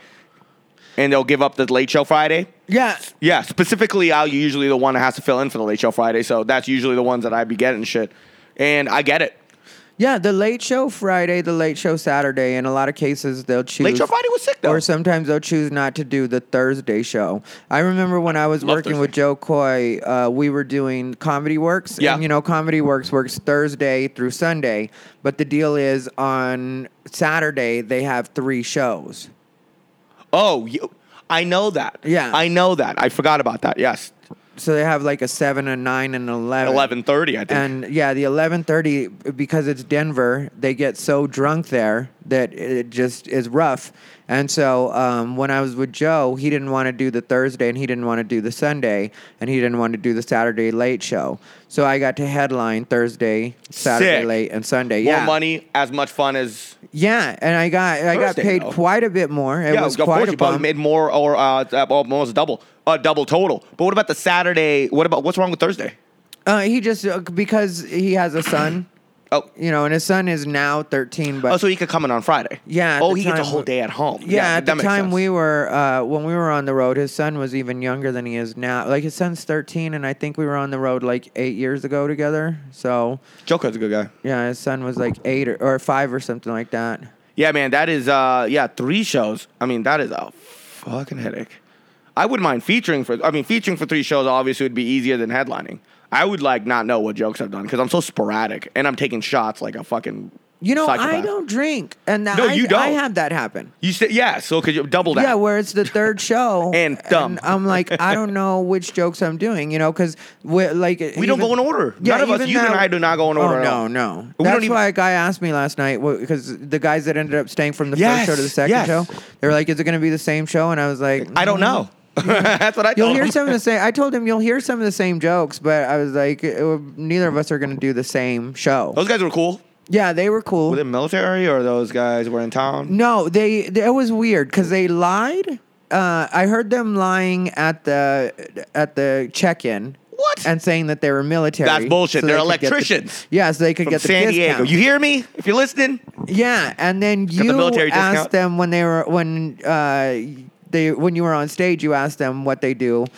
B: and they'll give up the late show Friday.
A: Yeah.
B: Yeah, specifically, I'll usually the one that has to fill in for the late show Friday. So that's usually the ones that I be getting shit, and I get it.
A: Yeah, the late show Friday, the late show Saturday. In a lot of cases, they'll choose.
B: Late show Friday was sick though.
A: Or sometimes they'll choose not to do the Thursday show. I remember when I was
B: Love
A: working with Joe Coy, uh, we were doing Comedy Works.
B: Yeah.
A: And, you know, Comedy Works works Thursday through Sunday. But the deal is on Saturday, they have three shows.
B: oh, you, I know that.
A: Yeah.
B: I know that. I forgot about that. Yes,
A: So they have like a 7, a 9, and an 11.
B: eleven thirty. I think.
A: And yeah, the 11:30 because it's Denver, they get so drunk there that it just is rough. And so um, when I was with Joe, he didn't want to do the Thursday and he didn't want to do the Sunday and he didn't want to do the Saturday late show. So I got to headline Thursday, Saturday
B: Sick.
A: late, and Sunday.
B: More
A: yeah,
B: money, as much fun as
A: yeah, and I got I got
B: Thursday,
A: paid
B: though.
A: quite a bit more. It
B: yeah,
A: was
B: of course
A: quite a
B: you probably
A: bump.
B: made more or uh, uh, almost double, uh, double total. But what about the Saturday? What about what's wrong with Thursday?
A: uh, he just uh, because he has a son,
B: Oh,
A: you know, and his son is now 13, but
B: oh, so he could come in on Friday.
A: Yeah, at
B: Oh,
A: the
B: he gets a
A: time
B: whole
A: we-
B: day at home.
A: Yeah, at
B: that
A: the
B: makes
A: time
B: sense.
A: we were uh, when we were on the road, his son was even younger than he is now. Like his son's thirteen, and I think we were on the road like eight years ago together. So
B: Joker's a good guy.
A: yeah, his son was like eight or, or five or something like that.
B: Yeah, man, that is uh yeah, three shows. I mean, that is a fucking headache. I wouldn't mind featuring for I mean, featuring for three shows obviously would be easier than headlining. I would like not know what jokes I've done because I'm so sporadic and I'm taking shots like a fucking
A: You know, I
B: psychopath.
A: don't drink, and that
B: No,
A: I,
B: you
A: I
B: don't.
A: had that happen.
B: You said yeah, so could you double that?
A: Yeah, where it's the third show
B: And dumb.
A: I'm like, I don't know which jokes I'm doing, you know, because like we
B: don't go in order. None of us- you and I do not go in order
A: Oh,
B: at
A: no,
B: all.
A: no.
B: We
A: That's
B: don't even-
A: why a guy asked me last night because the guys that ended up staying from the
B: Yes,
A: first show to the second
B: yes.
A: show, they were like, "Is it going to be the same show?" And I was like,
B: I don't
A: "Mm."
B: know. That's what I
A: You'll
B: told
A: hear
B: him.
A: some of the same. I told him you'll hear some of the same jokes, but I was like, "Uh, neither of us are going to do the same show.
B: Those guys were cool.
A: yeah, they were cool.
B: Were they military or those guys were in town?
A: No, they, they- it was weird because they lied. Uh, I heard them lying at the at the check-in.
B: What?
A: And saying that they were military.
B: That's bullshit.
A: they
B: They're
A: could get the-
B: electricians.
A: yeah, so they could
B: From
A: get the
B: San Diego.
A: discount.
B: You hear me? If you're listening,
A: yeah, and then you
B: military
A: asked
B: discount.
A: them when they were when uh, they when you were on stage, you asked them what they do. and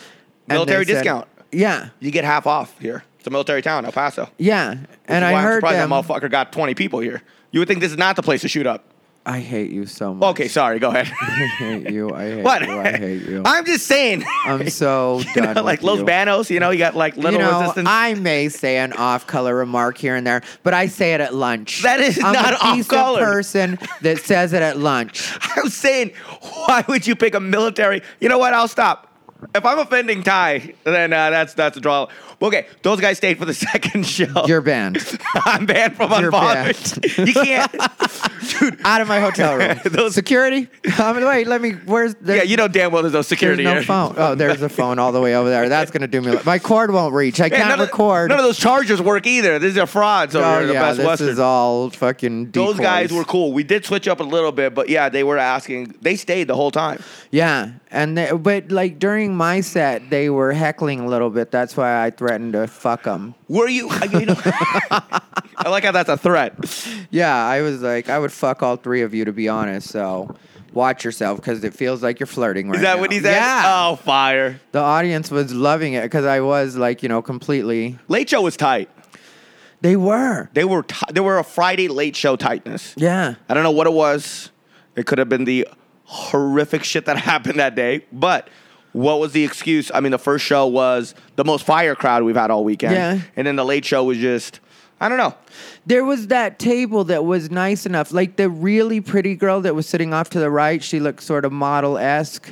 A: they
B: Military
A: said-
B: discount.
A: Yeah,
B: you get half off here. It's a military town, El Paso. Which
A: yeah, and
B: is
A: I
B: why I'm
A: heard
B: surprised
A: them.
B: that motherfucker got 20 people here. You would think this is not the place to shoot up.
A: I hate you so much.
B: Okay, sorry. Go ahead.
A: I hate you. I hate
B: what?
A: you. I hate you.
B: I'm just saying.
A: I'm so
B: you
A: done
B: know, like
A: with
B: Los
A: you.
B: Banos. You know, you got like little
A: you know,
B: resistance.
A: I may say an off-color remark here and there, but I say it at lunch.
B: That is
A: I'm
B: not
A: a decent
B: off-colored.
A: person that says it at lunch.
B: I'm saying, why would you pick a military? You know what? I'll stop. If I'm offending Ty, then uh, that's that's a draw. Okay, those guys stayed for the second show.
A: You're banned
B: I'm banned from
A: You're
B: Unbothered. You can't. Dude.
A: out of my hotel room.
B: Those-
A: security. Um, wait, let me. Where's
B: Yeah,
A: there's,
B: you know damn well there's no
A: there's
B: security
A: no
B: here.
A: phone. Oh, there's a phone all the way over there. That's gonna do me. li- My cord won't reach. I
B: Yeah,
A: can't
B: none of-
A: record.
B: none of those chargers work either. These are frauds over
A: oh
B: here at the
A: yeah,
B: Best
A: this
B: Western.
A: is all fucking. Decoys.
B: Those guys were cool. We did switch up a little bit, but yeah, they were asking. They stayed the whole time.
A: Yeah, and they, but like during my set, they were heckling a little bit. That's why I threatened to fuck them.
B: Were you? I- you know, I like how that's a threat.
A: Yeah, I was like, I would fuck all three of you to be honest. So watch yourself because it feels like you're flirting right
B: Is that
A: now.
B: what he said?
A: Yeah.
B: Oh, fire!
A: The audience was loving it because I was like, you know, completely.
B: Late show was tight.
A: They were.
B: They were. T- they were a Friday late show tightness.
A: Yeah.
B: I don't know what it was. It could have been the horrific shit that happened that day, but what was the excuse? I mean, the first show was the most fire crowd we've had all weekend.
A: Yeah.
B: And then the late show was just, I don't know.
A: There was that table that was nice enough. Like the really pretty girl that was sitting off to the right, she looked sort of model esque.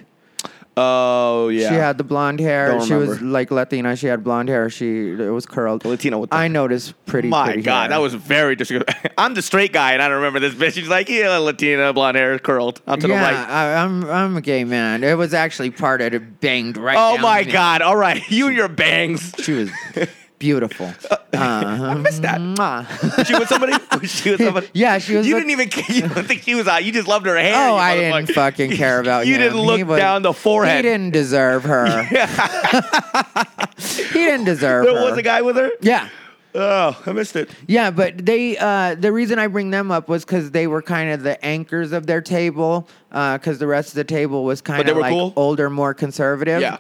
B: Oh, yeah.
A: She had the blonde hair.
B: Don't
A: she was
B: remember.
A: like Latina. She had blonde hair. She it was curled.
B: Latina with the-
A: I noticed pretty.
B: My
A: pretty
B: God,
A: hair.
B: that was very disgusting. I'm the straight guy, and I don't remember this bitch. She's like, yeah, Latina, blonde hair, curled up to
A: yeah,
B: the right.
A: I, I'm I'm a gay man. It was actually parted. It banged right.
B: Oh
A: down
B: my
A: the-
B: God! All right, you and your bangs.
A: She was beautiful.
B: Uh,
A: I
B: missed that.
A: Mwah.
B: She was somebody. She was somebody.
A: Yeah, she was
B: You
A: look-
B: didn't even. You didn't think she was hot. You just loved her hair.
A: Oh,
B: you
A: I didn't
B: motherfucker.
A: fucking care about
B: you.
A: him.
B: didn't
A: He
B: look
A: was-
B: down the
A: He
B: forehead.
A: didn't deserve her. he didn't deserve
B: There
A: her.
B: was a guy with her.
A: Yeah.
B: Oh, I missed it.
A: Yeah, but they uh, the reason I bring them up was because they were kind of the anchors of their table, because the rest of the table was kind
B: they
A: of
B: were
A: like
B: cool?
A: older, more conservative.
B: Yeah.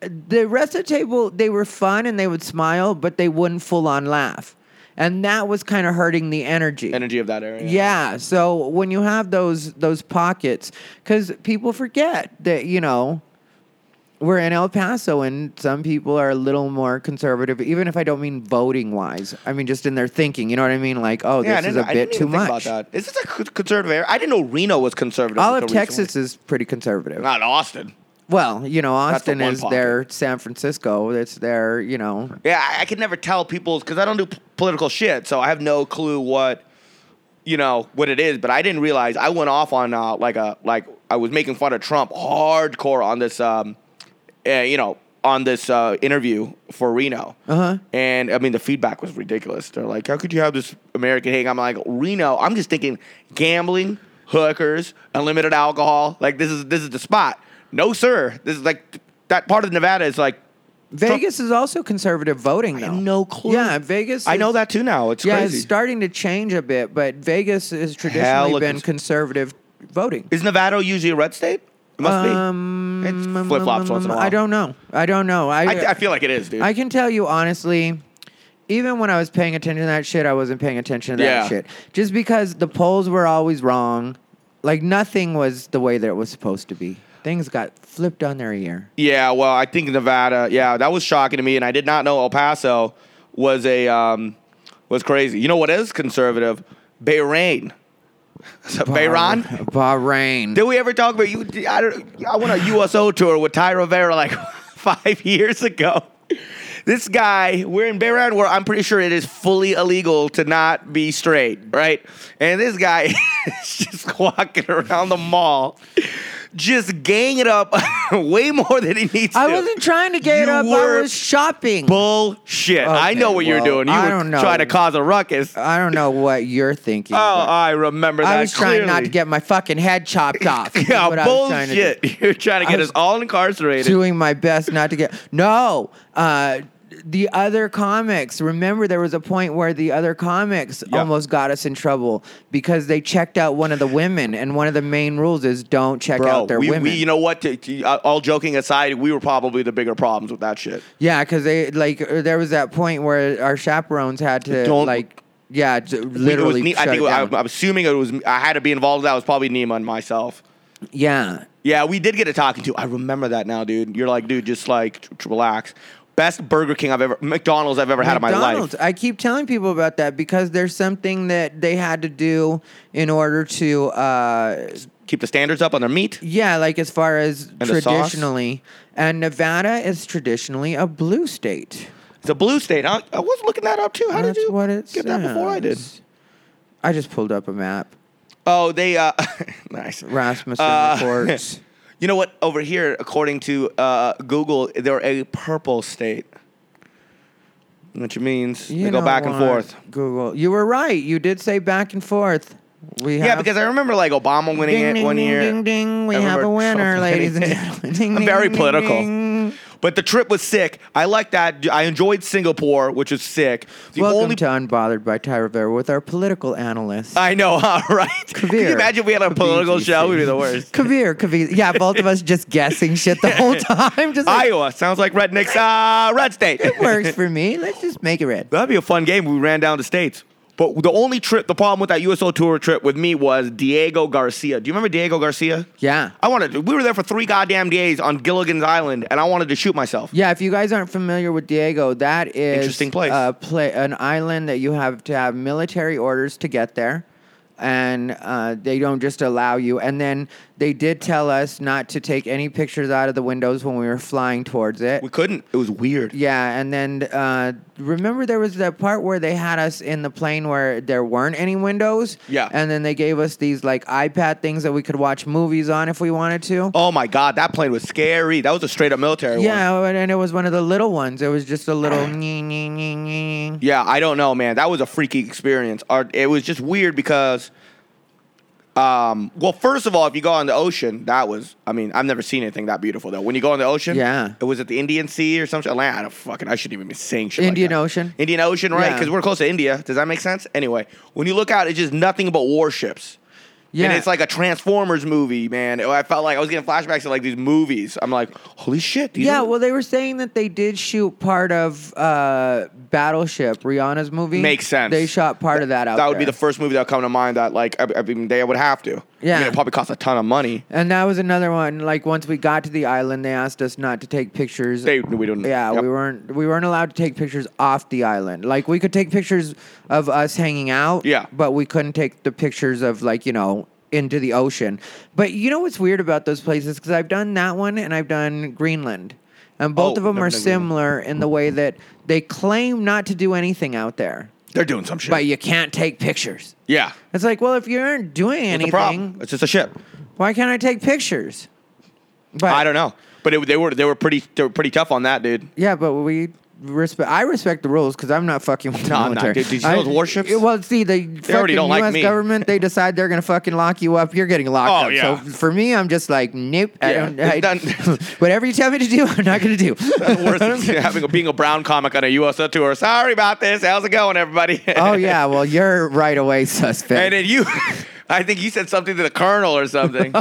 A: The rest of the table, they were fun and they would smile, but they wouldn't full on laugh, and that was kind of hurting the energy.
B: Energy of that area.
A: Yeah. So when you have those those pockets, because people forget that you know we're in El Paso and some people are a little more conservative. Even if I don't mean voting wise, I mean just in their thinking. You know what I mean? Like, oh,
B: Yeah, I
A: this is
B: didn't-
A: a
B: I
A: bit
B: didn't
A: too
B: even think
A: much.
B: About that. Is this a co- conservative area? I didn't know Reno was conservative.
A: All of
B: until recently.
A: Texas is pretty conservative.
B: Not Austin.
A: well, you know,
B: the
A: Austin
B: one
A: is their San Francisco. It's their, you know,
B: Yeah, I, I could never tell people because I don't do p- political shit, so I have no clue what you know what it is. But I didn't realize I went off on uh, like a like I was making fun of Trump hardcore on this um, uh, you know on this uh, interview for Reno.
A: Uh-huh.
B: And I mean the feedback was ridiculous. They're like, "How could you have this American hate?" I'm like, "Reno, I'm just thinking gambling, hookers, unlimited alcohol. Like this is this is the spot. No sir, this is like that part of Nevada is like."
A: Vegas is also conservative voting. Though.
B: have no clue.
A: Yeah, Vegas.
B: I
A: is-
B: know that too now. It's
A: yeah,
B: crazy.
A: it's starting to change a bit, but Vegas has traditionally
B: Hella
A: been
B: cons-
A: conservative voting.
B: Is Nevada usually a red state? It must
A: Um,
B: be. It's flip flops
A: um,
B: once in a while.
A: I don't know. I don't know. I,
B: I,
A: I,
B: I feel like it is, dude.
A: can tell you honestly, even when I was paying attention to that shit, I wasn't paying attention to that
B: Yeah.
A: shit. Just because the polls were always wrong, like nothing was the way that it was supposed to be. Things got flipped on their ear.
B: yeah, well, I think Nevada. Yeah, that was shocking to me, and I did not know El Paso was a um, was crazy. You know what is conservative? Bahrain. So Bahrain.
A: Bahrain.
B: Did we ever talk about you? I, don't, I went on a USO tour with Ty Rivera like five years ago. This guy, we're in Bahrain, where I'm pretty sure it is fully illegal to not be straight, right? And this guy is just walking around the mall, just gang it up way more than he needs
A: I
B: to.
A: wasn't trying to get
B: You
A: up. I
B: were
A: was shopping.
B: Bullshit. I
A: Okay,
B: know what
A: well,
B: you're doing. You
A: I
B: were
A: don't know.
B: trying to cause a ruckus. Oh,
A: I don't know what you're thinking. but-
B: I remember that.
A: I was trying not to
B: clearly.
A: get my fucking head chopped off. is
B: Yeah,
A: what I was trying to do.
B: bullshit. You're trying to
A: I
B: get
A: was
B: us all incarcerated.
A: Doing my best not to get. No. Uh, the other comics, remember there was a point where the other comics
B: Yeah.
A: almost got us in trouble because they checked out one of the women, and one of the main rules is don't check
B: Bro,
A: out their
B: we,
A: women.
B: we, you know what? To, to, uh, all joking aside, we were probably the bigger problems with that shit.
A: yeah, because they like uh, there was that point where our chaperones had to
B: Don't-
A: like yeah, j-
B: We- it was
A: literally.
B: Ne- I
A: shut
B: think
A: it
B: it- I,
A: down.
B: am assuming it was. I had to be involved. in That It was probably Nima and myself.
A: yeah,
B: Yeah, we did get a talking to. I remember that now, dude. You're like, dude, just like t- t- relax. Best Burger King I've ever, McDonald's I've ever had in my life.
A: McDonald's. I keep telling people about that because there's something that they had to do in order to uh,
B: keep the standards up on their meat.
A: Yeah, like as far as
B: the sauce?
A: traditionally, and Nevada is traditionally a blue state.
B: It's a blue state. I, I was looking that up too. How
A: That's
B: did you
A: what it
B: get that before I did?
A: says. I just pulled up a map.
B: Oh, they uh, nice.
A: Rasmussen
B: Uh,
A: reports.
B: You know what? Over here, according to uh, Google, they're a purple state, which means
A: You
B: they go
A: know
B: back and
A: what,
B: forth.
A: Google, you were right. You did say back and forth. We
B: Yeah,
A: have-
B: because I remember like Obama winning
A: ding,
B: it
A: ding,
B: one
A: ding,
B: year.
A: Ding ding, we
B: I
A: have
B: remember
A: a winner,
B: Trump
A: ladies and
B: winning it.
A: gentlemen. Ding,
B: I'm
A: ding,
B: very
A: ding,
B: political.
A: ding.
B: But the trip was sick. I like that. I enjoyed Singapore, which is sick. The
A: Welcome
B: only
A: to Unbothered by Ty Rivera with our political analyst.
B: I know, huh? Right? Could you
A: Kabir.
B: imagine if we had a political show? We'd be the worst.
A: Kavir, Kavir. Yeah, both of us just guessing shit the whole time. Just like,
B: Iowa sounds like rednecks. Uh, red state.
A: it works for me. Let's just make it red.
B: That'd be a fun game. We ran down the states. But the only trip, the problem with that USO tour trip with me was Diego Garcia. Do you remember Diego Garcia?
A: Yeah.
B: I wanted. To, we were there for three goddamn days on Gilligan's Island, and I wanted to shoot myself.
A: Yeah, if you guys aren't familiar with Diego, that is
B: Interesting place.
A: Uh, play, an island that you have to have military orders to get there, and uh, they don't just allow you. And then they did tell us not to take any pictures out of the windows when we were flying towards it.
B: We couldn't. It was weird.
A: Yeah, and then uh, remember there was that part where they had us in the plane where there weren't any windows.
B: Yeah.
A: and then they gave us these like iPad things that we could watch movies on if we wanted to.
B: Oh my god, that plane was scary. That was a straight up military one.
A: Yeah, and it was one of the little ones. It was just a little. nee, nee, nee, nee.
B: Yeah, I don't know, man. That was a freaky experience. Our, it was just weird because, um, well, first of all, if you go on the ocean, that was, I mean, I've never seen anything that beautiful though. When you go on the ocean,
A: Yeah.
B: it was at the Indian Sea or something. Atlanta, I don't fucking, I shouldn't even be saying shit. like
A: Indian
B: that.
A: Ocean?
B: Indian Ocean, right?
A: Yeah.
B: Because we're close to India. Does that make sense? Anyway, when you look out, it's just nothing but warships.
A: Yeah,
B: And it's like a Transformers movie, man. I felt like I was getting flashbacks to like these movies. I'm like, holy shit. These
A: yeah.
B: are-
A: Well, they were saying that they did shoot part of uh, Battleship, Rihanna's movie.
B: Makes sense.
A: They shot part of that out.
B: that would be
A: there.
B: the first movie that would come to mind that like I, I mean, they would have to. I
A: Yeah.
B: mean, it probably costs a ton of money.
A: And that was another one. Like once we got to the island, they asked us not to take pictures.
B: They we don't.
A: yeah,
B: yep.
A: we weren't we weren't allowed to take pictures off the island. Like we could take pictures of us hanging out.
B: Yeah.
A: but we couldn't take the pictures of like you know into the ocean. But you know what's weird about those places? Because I've done that one and I've done Greenland, and both
B: Oh,
A: of them
B: never
A: are
B: done Greenland.
A: similar in the way that they claim not to do anything out there,
B: They're doing some shit.
A: but you can't take pictures.
B: yeah.
A: It's like, well, if you aren't doing
B: What's the problem?
A: anything,
B: It's just a ship.
A: why can't I take pictures? But
B: I don't know, but it, they were they were pretty they were pretty tough on that, dude.
A: Yeah, but we respect. I respect the rules because I'm not fucking with the
B: No, I'm not.
A: military.
B: Did- did you see
A: I-
B: those warships?
A: Well, see, the
B: already
A: fucking
B: don't like
A: U.S.
B: me.
A: government they decide they're gonna fucking lock you up. You're getting locked
B: Oh,
A: up.
B: yeah.
A: So for me, I'm just like, nope. I
B: Yeah,
A: don't. I,
B: done.
A: whatever you tell me to do, I'm not gonna do.
B: Worse than having a, being a brown comic on a USO tour. Sorry about this. How's it going, everybody?
A: oh yeah, well you're right away suspect.
B: and then you. I think you said something to the colonel or something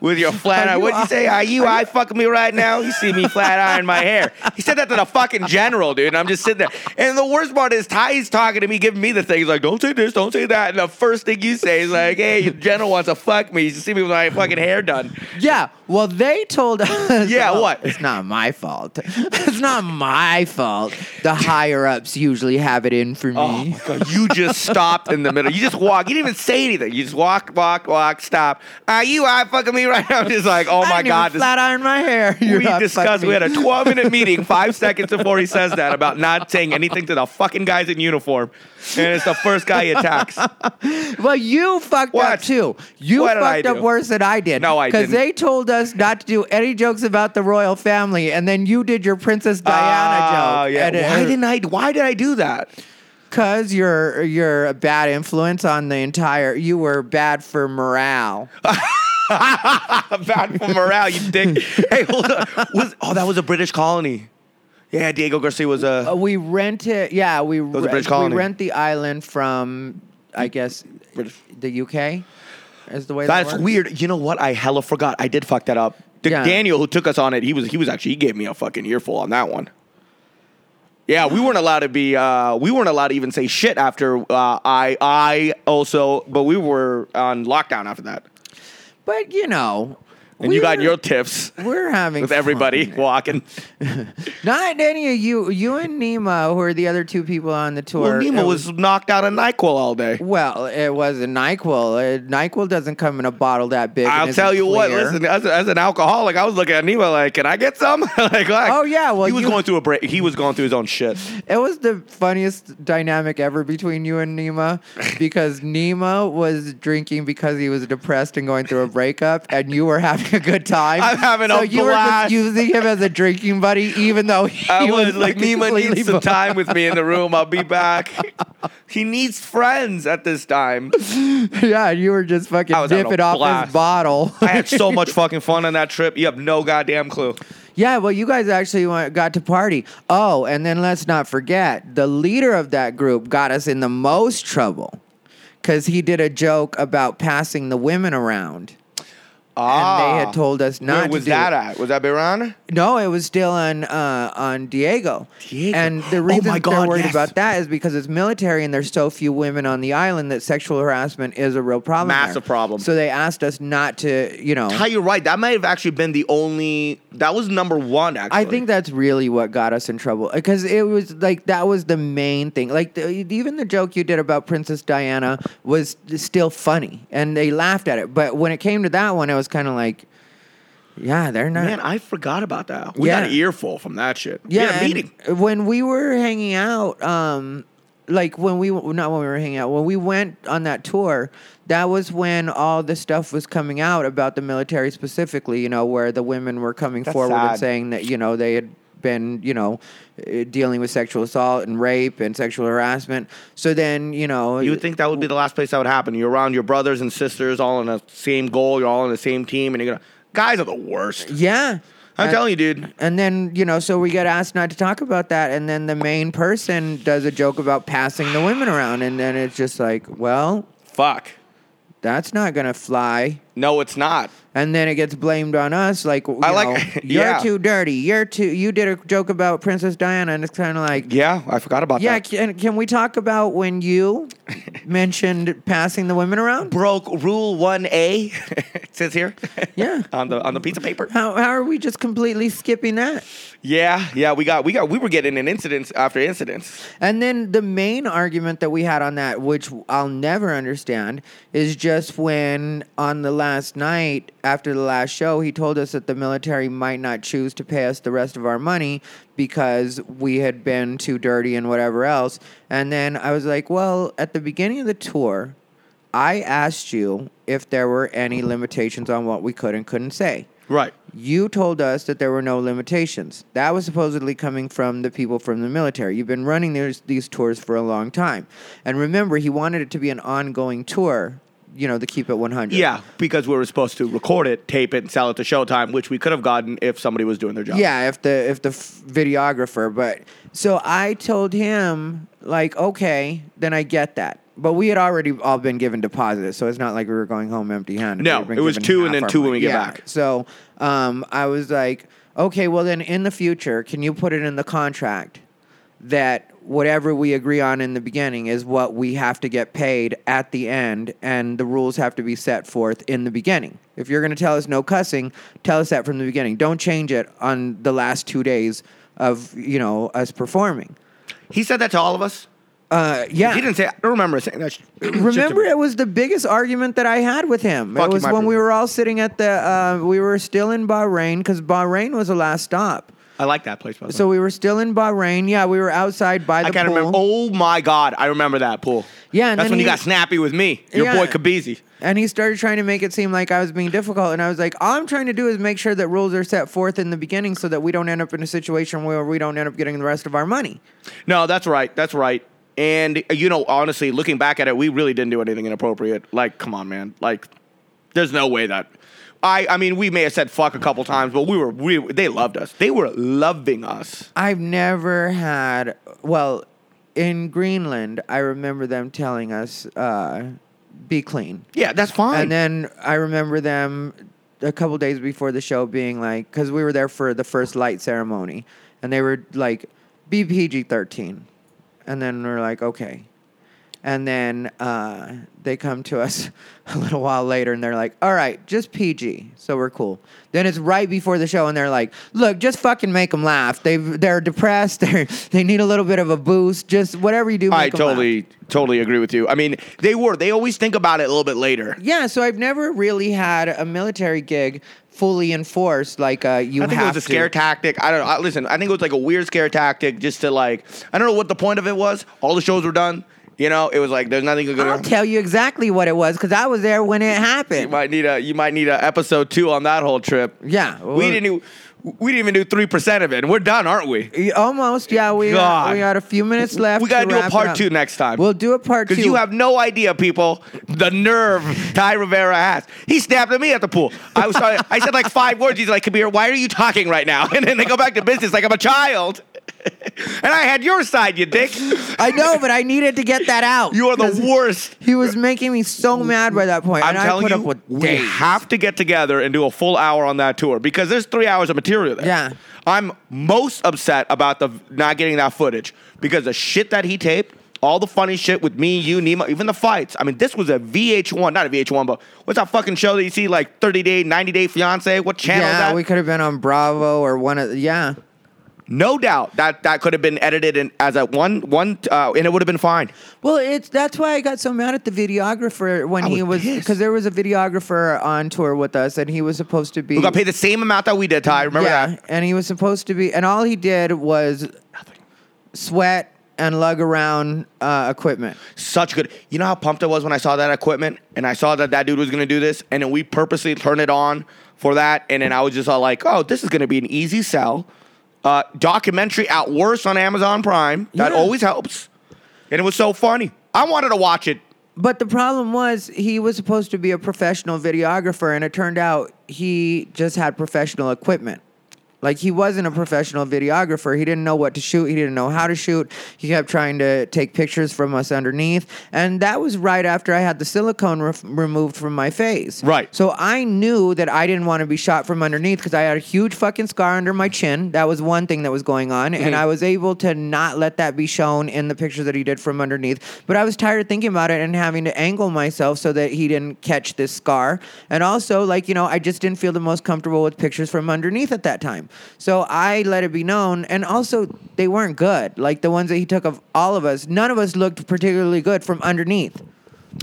B: with your flat
A: Are
B: eye.
A: you
B: What'd you
A: eye-
B: say? Are you eye fucking me right now? You see me flat iron my hair. He said that to the fucking general, dude. And I'm just sitting there. And the worst part is Ty's talking to me, giving me the thing. He's like, don't say this, don't say that. And the first thing you say is like, hey, your general wants to fuck me. You should see me with my fucking hair done.
A: yeah, well they told us.
B: Yeah,
A: well,
B: what?
A: It's not my fault. it's not my fault. The higher ups usually have it in for me.
B: Oh my god! You just stopped in the middle. You just walked. You didn't even say anything. You just walked, walked, walked. Stop. Are you eye fucking me right now? I'm just like, oh
A: I
B: my
A: didn't
B: god!
A: even
B: this-
A: flat iron my hair. You're
B: we
A: not
B: discussed.
A: fucking
B: We had a
A: me.
B: 12 minute meeting five seconds before he says that about not saying anything to the fucking guys in uniform, and it's the first guy he attacks.
A: Well, you fucked
B: What?
A: up too. You
B: What did I
A: fucked up
B: do?
A: worse than I did.
B: No, I
A: Because
B: didn't.
A: they told us not to do any jokes about the royal family, and then you did your Princess Diana
B: Oh,
A: joke.
B: yeah.
A: And
B: why didn't I? Why did I do that?
A: Because you're you're a bad influence on the entire. You were bad for morale.
B: Bad for morale, you dick. hey, hold on. Was, oh, that was a British colony. Yeah, Diego Garcia was a.
A: Uh, we rent it. Yeah, we
B: was a
A: rent,
B: British colony. Mm-hmm.
A: we rent the island from, I guess, the UK. Is the way
B: That's
A: that works.
B: weird. You know what? I hella forgot. I did fuck that up. The
A: Yeah.
B: Daniel who took us on it, he was he was actually he gave me a fucking earful on that one. Yeah, we weren't allowed to be. Uh, we weren't allowed to even say shit after uh, I. I also, but we were on lockdown after that.
A: But you know,
B: and you got
A: We're-
B: your tips
A: We're having
B: with everybody
A: fun.
B: walking.
A: Not any of you. You and Nemo, who are the other two people on the tour.
B: Well, Nemo
A: it
B: was knocked out of Nyquil all day.
A: Well, it was a Nyquil. Uh, Nyquil doesn't come in a bottle that big. and
B: I'll
A: isn't
B: tell you what.
A: clear.
B: Listen, as, as an alcoholic, I was looking at Nemo like, "Can I get some?" like, like,
A: Oh, yeah, well,
B: he was
A: you-
B: going through a break. He was going through his own shit.
A: It was the funniest dynamic ever between you and Nima because Nima was drinking because he was depressed and going through a breakup, and you were having a good time.
B: I'm having
A: so
B: a
A: you
B: blast.
A: were just using him as a drinking buddy, even though he
B: I was, like,
A: fucking
B: Nima
A: completely
B: needs some
A: bu-
B: time with me in the room. I'll be back. he needs friends at this time.
A: yeah, you were just fucking
B: I was having a
A: dipping off
B: blast.
A: his bottle.
B: I had so much fucking fun on that trip. You have no goddamn clue.
A: yeah, well, you guys actually went, got to party. Oh, and then let's not forget the leader of that group got us in the most trouble because he did a joke about passing the women around. and they had told us not
B: Ah, Where
A: to
B: was
A: do
B: that
A: it.
B: at? Was that Biran?
A: No, it was still on uh, on Diego.
B: Diego.
A: And
B: Oh
A: the reason
B: my God,
A: they're worried
B: yes.
A: about that is because it's military and there's so few women on the island that sexual harassment is a real problem. there.
B: Massive problem.
A: So they asked us not to, you know.
B: How you're right. That might have actually been the only. That was number one. Actually,
A: I think that's really what got us in trouble because it was like that was the main thing. Like the, even the joke you did about Princess Diana was still funny, and they laughed at it. But when it came to that one, it was kind of like, yeah, they're not.
B: Man, I forgot about that. We got
A: Yeah.
B: an earful from that shit. we had a
A: and
B: meeting.
A: When we were hanging out, um, like when we not when we were hanging out, when we went on that tour, that was when all the stuff was coming out about the military specifically. You know, where the women were coming
B: That's
A: forward
B: sad.
A: and saying that you know they had been you know eh, dealing with sexual assault and rape and sexual harassment. So then you know
B: You would think that would be the last place that would happen. You're around your brothers and sisters, all on the same goal. You're all on the same team, and you're gonna. Guys are the worst.
A: yeah.
B: I'm
A: And-
B: telling you, dude.
A: And then, you know, so we get asked not to talk about that. And then the main person does a joke about passing the women around. And then it's just like, well,
B: Fuck.
A: that's not going to fly.
B: No, it's not.
A: And then it gets blamed on us. Like, you
B: I like-
A: know,
B: yeah.
A: you're too dirty. You're too, you did a joke about Princess Diana. And it's kind of like,
B: Yeah, I forgot about
A: yeah,
B: that.
A: can, can we talk about when you mentioned passing the women around?
B: broke rule one A. it says here.
A: Yeah.
B: on the on the piece of paper.
A: How, how are we just completely skipping that?
B: Yeah, yeah, we got we got we were getting in incidents after incidents.
A: And then the main argument that we had on that, which I'll never understand, is just when on the last night after the last show, he told us that the military might not choose to pay us the rest of our money because we had been too dirty and whatever else. And then I was like, well, at the beginning of the tour, I asked you if there were any limitations on what we could and couldn't say.
B: Right.
A: You told us that there were no limitations. That was supposedly coming from the people from the military. You've been running these, these tours for a long time. And remember, he wanted it to be an ongoing tour, you know, the Keep It 100.
B: Yeah, because we were supposed to record it, tape it, and sell it to Showtime, which we could have gotten if somebody was doing their job.
A: Yeah, if the if the f- videographer, but so I told him like, okay, then I get that. But we had already all been given deposits, so it's not like we were going home empty-handed.
B: No,
A: We'd been
B: it was
A: given
B: two and
A: half
B: then
A: our
B: two when
A: money.
B: we get
A: Yeah,
B: back.
A: So um, I was like, okay, well then in the future, can you put it in the contract that whatever we agree on in the beginning is what we have to get paid at the end, and the rules have to be set forth in the beginning. If you're going to tell us no cussing, tell us that from the beginning. Don't change it on the last two days of you know us performing.
B: He said that to all of us.
A: Uh, yeah,
B: He didn't say. I don't remember saying that. sh- shit to
A: Remember,
B: me.
A: it was the biggest argument that I had with him.
B: Fuck you,
A: it was
B: my
A: when we
B: brother.
A: were all sitting at the, uh, we were still in Bahrain because Bahrain was the last stop.
B: I like that place. By the
A: So
B: way.
A: we were still in Bahrain. Yeah, we were outside by the
B: I can't
A: pool.
B: remember. Oh my god, I remember that pool.
A: Yeah, and
B: that's
A: then
B: when you
A: he-
B: got snappy with me, your
A: Yeah.
B: boy Kabizi.
A: And he started trying to make it seem like I was being difficult. And I was like, all I'm trying to do is make sure that rules are set forth in the beginning so that we don't end up in a situation where we don't end up getting the rest of our money.
B: No, that's right. That's right. And uh, you know, honestly, looking back at it, we really didn't do anything inappropriate. Like, come on, man. Like, there's no way that. I, I mean, we may have said fuck a couple times, but we were we, they loved us. They were loving us.
A: I've never had. Well, in Greenland, I remember them telling us, uh, "Be clean,"
B: Yeah, that's fine.
A: and then I remember them a couple days before the show being like, because we were there for the first light ceremony, and they were like, "Be PG 13," and then we're like, "Okay." And then uh, they come to us a little while later and they're like, all right, just PG. So we're cool. Then it's right before the show and they're like, look, just fucking make them laugh. they they're depressed. They're, they need a little bit of a boost. Just whatever you do, make
B: I
A: 'em laugh."
B: totally, totally agree with you. I mean, they were. They always think about it a little bit later.
A: Yeah, so I've never really had a military gig fully enforced. Like uh, you
B: I think it
A: have
B: was a scare
A: to.
B: tactic. I don't know. I, listen, I think it was like a weird scare tactic just to like, I don't know what the point of it was. All the shows were done. You know, it was like, there's nothing going
A: I'll tell you exactly what it was because I was there when it
B: You
A: happened.
B: might need a you might need a episode two on that whole trip.
A: Yeah,
B: we didn't do, we didn't even do three percent of it, and we're done, aren't we?
A: Y- Almost, yeah. We uh,
B: God.
A: we got a few minutes left.
B: We gotta
A: to
B: do a
A: wrap it
B: part
A: up.
B: two next time.
A: We'll do a part two.
B: Because you have no idea, people, the nerve Ty Rivera has. He snapped at me at the pool. I was sorry. I said like five words. He's like, Kabir, why are you talking right now? And then they go back to business like I'm a child. and I had your side, you dick.
A: I know, but I needed to get that out.
B: You are
A: 'cause
B: the worst.
A: He was making me so mad by that point,
B: I'm
A: and I
B: telling
A: put
B: you,
A: up with
B: we
A: days.
B: have to get together and do a full hour on that tour because there's three hours of material there.
A: Yeah.
B: I'm most upset about the not getting that footage because the shit that he taped, all the funny shit with me, you, Nemo, even the fights. I mean, this was a VH1, not a VH1, but what's that fucking show that you see like 30 day, 90 day fiance? What channel is
A: yeah,
B: that?
A: we could have been on Bravo or one of yeah.
B: no doubt that that could have been edited in, as a one one, uh, and it would have been fine.
A: Well, it's that's why I got so mad at the videographer when
B: I
A: he was
B: was pissed.
A: because there was a videographer on tour with us, and he was supposed to be.
B: We got paid the same amount that we did, Ty. Remember
A: Mm. yeah,
B: that?
A: and he was supposed to be, and all he did was sweat and lug around uh, equipment.
B: such good. You know how pumped I was when I saw that equipment and I saw that that dude was gonna do this, and then we purposely turned it on for that, and then I was just all like, "Oh, this is gonna be an easy sell." Uh, documentary at worst on Amazon Prime. That
A: Yeah.
B: always helps, and it was so funny. I wanted to watch it.
A: But the problem was he was supposed to be a professional videographer, and it turned out he just had professional equipment. Like he wasn't a professional videographer. He didn't know what to shoot. He didn't know how to shoot. He kept trying to take pictures from us underneath, and that was right after I had the silicone re- removed from my face.
B: Right.
A: So I knew that I didn't want to be shot from underneath because I had a huge fucking scar under my chin. That was one thing that was going on, and I was able to not let that be shown in the pictures that he did from underneath. But I was tired of thinking about it and having to angle myself so that he didn't catch this scar. And also, like you know, I just didn't feel the most comfortable with pictures from underneath at that time. So I let it be known, and also they weren't good. Like the ones that he took of all of us, none of us looked particularly good from underneath.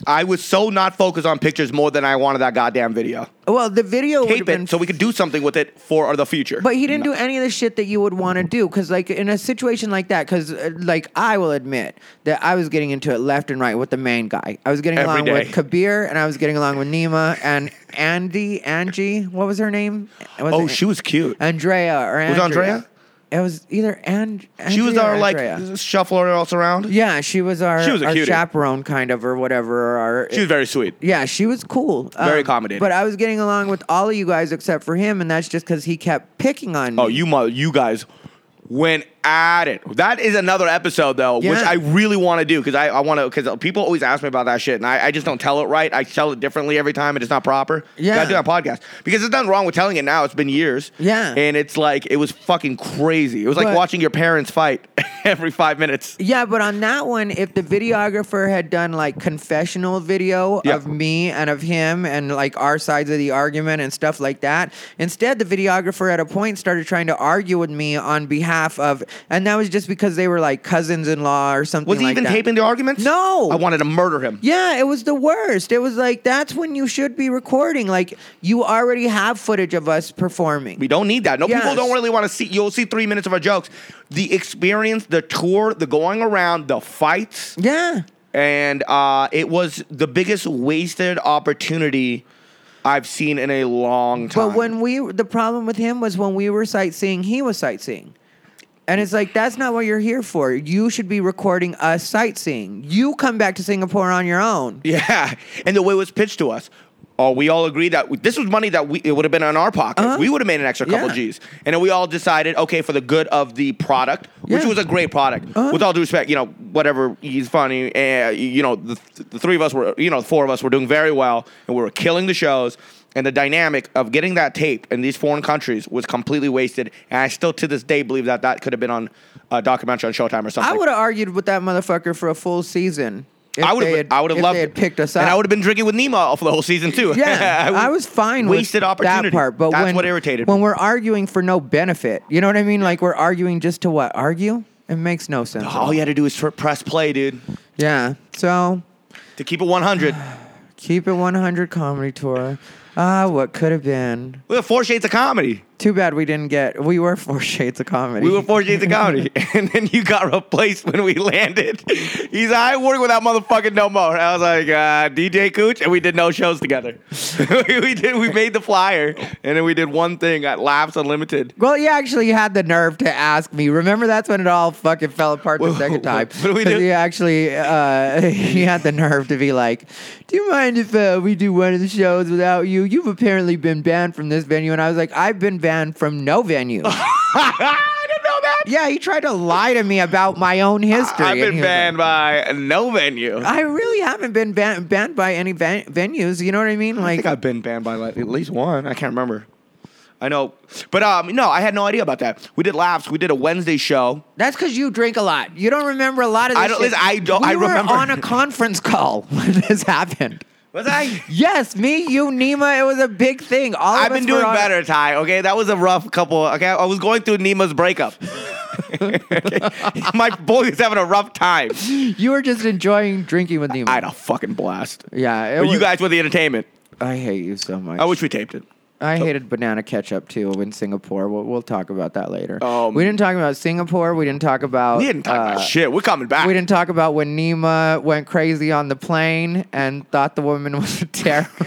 B: I was so not focused on pictures more than I wanted that goddamn video.
A: Well, the video would have
B: Tape
A: been
B: it so we could do something with it for the future.
A: But he didn't do any of the shit that you would want to do. Because, like, in a situation like that, because, uh, like, I will admit that I was getting into it left and right with the main guy. I was getting
B: Every
A: along
B: day.
A: with Kabir, and I was getting along with Nima and Andy, Angie. What was her name? Was
B: oh,
A: it
B: she was cute.
A: Andrea or Andrea.
B: Was it Andrea?
A: It was either and
B: She was
A: Andrea or
B: our like
A: Andrea.
B: shuffler all around.
A: Yeah, she was our,
B: She was a
A: our
B: cutie.
A: chaperone, kind of, or whatever. Or our,
B: She was very sweet.
A: yeah, she was cool. um,
B: Very accommodating.
A: But I was getting along with all of you guys except for him, and that's just because he kept picking on me.
B: Oh, you mother, you guys went at it. That is another episode though, which
A: Yeah.
B: I really want to do because I, I want to because people always ask me about that shit and I, I just don't tell it right. I tell it differently every time and it's not proper.
A: Yeah.
B: I do that podcast because there's nothing wrong with telling it now. It's been years.
A: Yeah.
B: and it's like it was fucking crazy. It was like
A: But-
B: watching your parents fight every five minutes.
A: Yeah, but on that one, if the videographer had done like confessional video
B: Yeah.
A: of me and of him and like our sides of the argument and stuff like that, instead the videographer at a point started trying to argue with me on behalf of, and that was just because they were like cousins in law or something.
B: Was he
A: like
B: even
A: that.
B: taping the arguments?
A: No.
B: I wanted to murder him.
A: Yeah, it was the worst. It was like that's when you should be recording. Like you already have footage of us performing.
B: We don't need that. No, people
A: Yes.
B: don't really want to see. You'll see three minutes of our jokes. The experience, the tour, the going around, the fights.
A: yeah.
B: and uh, it was the biggest wasted opportunity I've seen in a long time.
A: But when we, the problem with him was when we were sightseeing, he was sightseeing. And it's like, that's not what you're here for. You should be recording us sightseeing. You come back to Singapore on your own.
B: yeah, and the way it was pitched to us. Oh, we all agreed that we- this was money that we it would have been in our pocket. We would have made an extra couple
A: Uh-huh. Yeah.
B: G's, and then we all decided, okay, for the good of the product, which
A: Yeah. Uh-huh.
B: was a great product. With all due respect, you know, whatever he's funny, uh, you know, the, the three of us were, you know, the four of us were doing very well, and we were killing the shows. And the dynamic of getting that tape in these foreign countries was completely wasted. And I still, to this day, believe that that could have been on a documentary on Showtime or something.
A: I would have argued with that motherfucker for a full season If
B: I would
A: they
B: have.
A: had-
B: I would have
A: if
B: loved
A: they had
B: it.
A: picked us up.
B: and I would have been drinking with Nemo for the whole season too.
A: Yeah,
B: would-
A: I was fine with
B: wasted opportunity.
A: that part, but
B: that's
A: when,
B: what irritated
A: when
B: me.
A: we're arguing for no benefit, you know what I mean? Like we're arguing just to what? Argue? It makes no sense. at
B: All you had to do is tr- press play, dude,
A: Yeah. So
B: to keep it 100.
A: keep it 100 comedy tour. Ah, what could have been.
B: We were four shades of comedy.
A: Too bad we didn't get. We were four shades of comedy.
B: We were four shades of comedy, and then you got replaced when we landed. He's like, I ain't working with that motherfucker no more. I was like, uh, DJ Cooch, and we did no shows together. we did. We made the flyer, and then we did one thing at Laughs Unlimited.
A: Well, you actually had the nerve to ask me. Remember, that's when it all fucking fell apart the
B: Whoa,
A: second time.
B: what do we
A: 'Cause
B: do?
A: You actually, uh, you had the nerve to be like, "Do you mind if uh, we do one of the shows without you? You've apparently been banned from this venue." And I was like, "I've been banned from no venue."
B: I didn't know that.
A: yeah, you tried to lie to me about my own history.
B: I've
A: and he was
B: been
A: like,
B: banned by no venue. I
A: I really haven't been ban- banned by any van- venues. You know what I mean? Like,
B: think I've been banned by like at least one. I can't remember. I know, but um, no, I had no idea about that. We did laughs. We did a Wednesday show.
A: That's because you drink a lot. You don't remember a lot of this.
B: I don't-
A: shit.
B: listen, I don't-
A: We
B: I
A: were
B: remember.
A: on a conference call when this happened.
B: Was I?
A: Yes, me, you, Nima. It was a big thing. All of
B: I've been
A: us were
B: doing
A: on-
B: better, Ty. Okay, that was a rough couple. Okay, I was going through Nima's breakup. Okay? My boy is having a rough time.
A: You were just enjoying drinking with Nima.
B: I had a fucking blast.
A: Yeah, it
B: But you
A: was-
B: guys were the entertainment.
A: I hate you so much.
B: I wish we Oh. taped it.
A: I hated banana ketchup too in Singapore. We'll, we'll talk about that later.
B: Um,
A: we didn't talk about Singapore. We didn't talk about.
B: We didn't talk
A: uh,
B: about shit. We're coming back.
A: We didn't talk about when Nima went crazy on the plane and thought the woman was a terrorist.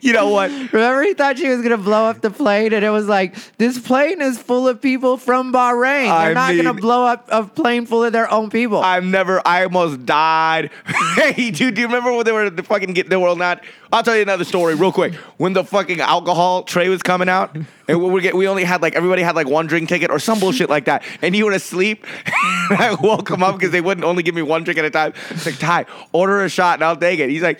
B: You know what?
A: Remember, he thought she was gonna blow up the plane, and it was like, "This plane is full of people from Bahrain. They're
B: I
A: not gonna
B: mean-
A: blow up a plane full of their own people."
B: I've never. I almost died. hey, dude, do you remember when they were the fucking get the world not? I'll tell you another story real quick. When the fucking alcohol tray was coming out, and we were get, we only had like everybody had like one drink ticket or some bullshit like that, and you were asleep. I woke him up because they wouldn't only give me one drink at a time. It's like Ty, order a shot and I'll take it. He's like.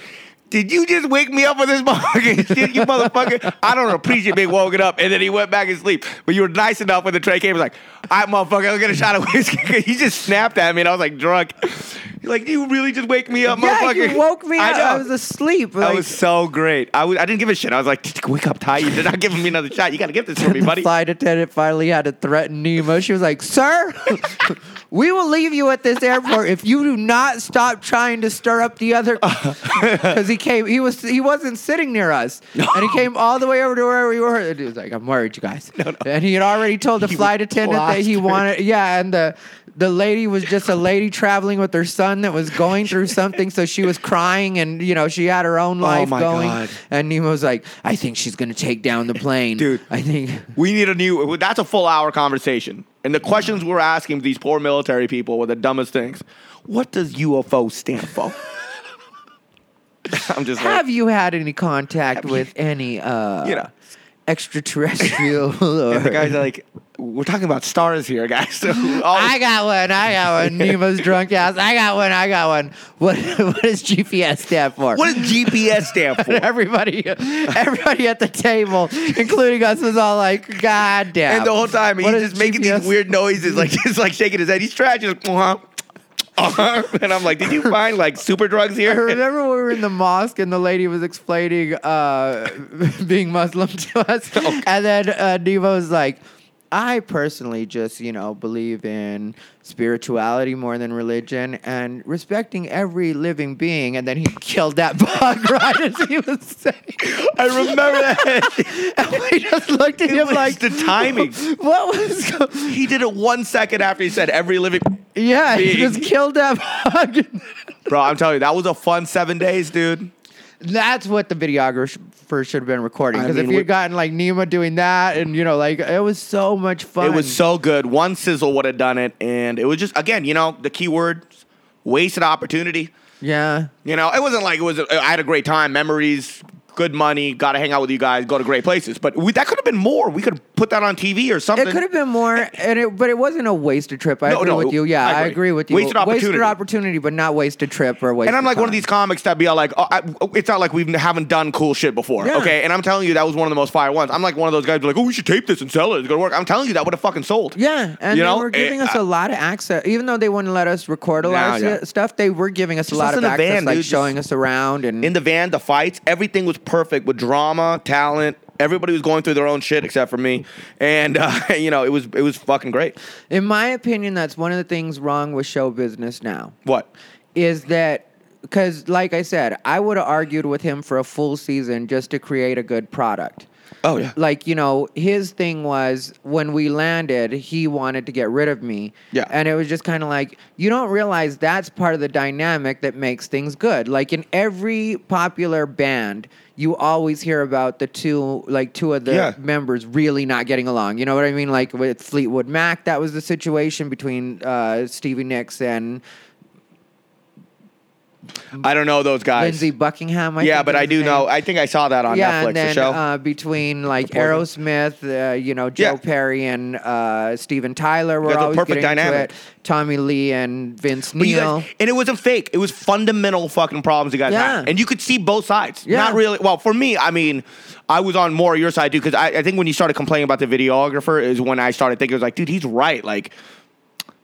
B: Did you just wake me up with this motherfucking shit, you motherfucker? I don't appreciate being woken up. And then he went back and sleep. But you were nice enough when the tray came. He was like, all right, motherfucker, I'll get a shot of whiskey. he just snapped at me and I was like drunk. You're like, you really just wake me up,
A: yeah,
B: motherfucker.
A: you woke me
B: I
A: up.
B: know.
A: I was asleep.
B: That
A: Like,
B: was so great. I was, I didn't give a shit. I was like, "Tick, wake up, Ty. You're not giving me another shot. You got to get this for me,
A: the
B: buddy.
A: flight attendant finally had to threaten Nima. She was like, "Sir, we will leave you at this airport if you do not stop trying to stir up the other." Because he came, he was he wasn't sitting near us, and he came all the way over to where we were. And he was like, "I'm worried, you guys." And he had already told the
B: He was
A: flight attendant that he wanted, yeah, and the. The lady was just a lady traveling with her son that was going through something, so she was crying, and you know she had her own life
B: Oh my
A: going.
B: God.
A: And Nemo was like, "I think she's gonna take down the plane,
B: Dude.
A: I think
B: We need a new. That's a full hour conversation. And the questions we're asking these poor military people were the dumbest things. What does UFO stand for? I'm just like,
A: Have you had any contact with any, uh,
B: you know.
A: extraterrestrial? or...
B: And the guys are like, we're talking about stars here, guys. So all-
A: I got one. I got one. Nemo's drunk ass. I got one. I got one. What What does GPS stand for?
B: what does GPS stand for?
A: Everybody, everybody at the table, including us, was all like, "God damn!"
B: And the whole time he's
A: What is
B: just making
A: GPS?
B: these weird noises, like just like shaking his head. He's trash. He's like, uh-huh. Uh-huh. and I'm like, did you find like super drugs
A: I
B: here?
A: remember when we were in the mosque and the lady was explaining uh, being Muslim to us, and then uh, Nemo was like, "I personally just you know believe in spirituality more than religion and respecting every living being." And then he killed that bug right as he was saying.
B: I remember that.
A: And we just looked at
B: It
A: him
B: was
A: like,
B: the timing.
A: "What was?" Go-?
B: he did it one second after he said every living.
A: Yeah, he just
B: Big.
A: killed that bug.
B: Bro, I'm telling you, that was a fun seven days, dude.
A: That's what the videographer should have been recording.
B: I
A: Because if
B: mean,
A: you
B: we-
A: had gotten like Nima doing that, and you know, like it was so much fun.
B: It was so good. One sizzle would have done it, and it was just again, you know, the key word, wasted opportunity.
A: yeah.
B: You know, it wasn't like it was. I had a great time, memories, good money, got to hang out with you guys, go to great places. But we, that could have been more. We could have put that on TV or something.
A: It could have been more, and it, but it wasn't a wasted trip. I
B: No,
A: agree
B: no,
A: with you. Yeah,
B: I
A: I
B: agree.
A: agree, with you.
B: Wasted opportunity.
A: opportunity, but not wasted trip or wasted.
B: And I'm like one of
A: time.
B: these comics that be all like, oh, I, it's not like we haven't done cool shit before,
A: Yeah.
B: okay? And I'm telling you, that was one of the most fire ones. I'm like one of those guys who are like, oh, we should tape this and sell it. It's gonna work. I'm telling you, that would have fucking sold.
A: Yeah, and
B: You
A: they
B: know,
A: were giving
B: eh,
A: us a lot of access. Even though they wouldn't let us record a lot of
B: Nah,
A: shit-
B: yeah.
A: stuff, they were giving us a
B: Just
A: lot
B: us
A: of
B: in a
A: access,
B: van,
A: like
B: dude, just-
A: showing us around and
B: In the van, the fights, everything was perfect with drama, talent. Everybody was going through their own shit except for me, and uh, you know, it was it was fucking great.
A: In my opinion, that's one of the things wrong with show business now
B: What?
A: is that because, like I said, I would have argued with him for a full season just to create a good product.
B: Oh yeah.
A: Like, you know, his thing was when we landed, he wanted to get rid of me.
B: Yeah.
A: And it was just kind of like, you don't realize that's part of the dynamic that makes things good. Like in every popular band, you always hear about the two, like two of the
B: Yeah.
A: members really not getting along. You know what I mean? Like with Fleetwood Mac, that was the situation between uh, Stevie Nicks and
B: I don't know those guys.
A: Lindsey Buckingham. I
B: yeah,
A: think
B: but
A: is
B: I
A: his
B: do
A: name.
B: know. I think I saw that on
A: yeah,
B: Netflix.
A: and then
B: the show.
A: Uh, between like
B: Poison.
A: Aerosmith, uh, you know, Joe
B: Yeah.
A: Perry and uh, Steven Tyler were
B: got the
A: always
B: perfect
A: getting into
B: dynamic.
A: it. Tommy Lee and Vince
B: But you guys-
A: Neil.
B: and it wasn't fake. It was fundamental fucking problems you guys
A: Yeah.
B: had, and you could see both sides.
A: Yeah.
B: Not really. Well, for me, I mean, I was on more your side too because I, I think when you started complaining about the videographer is when I started thinking it was like, dude, he's right. Like,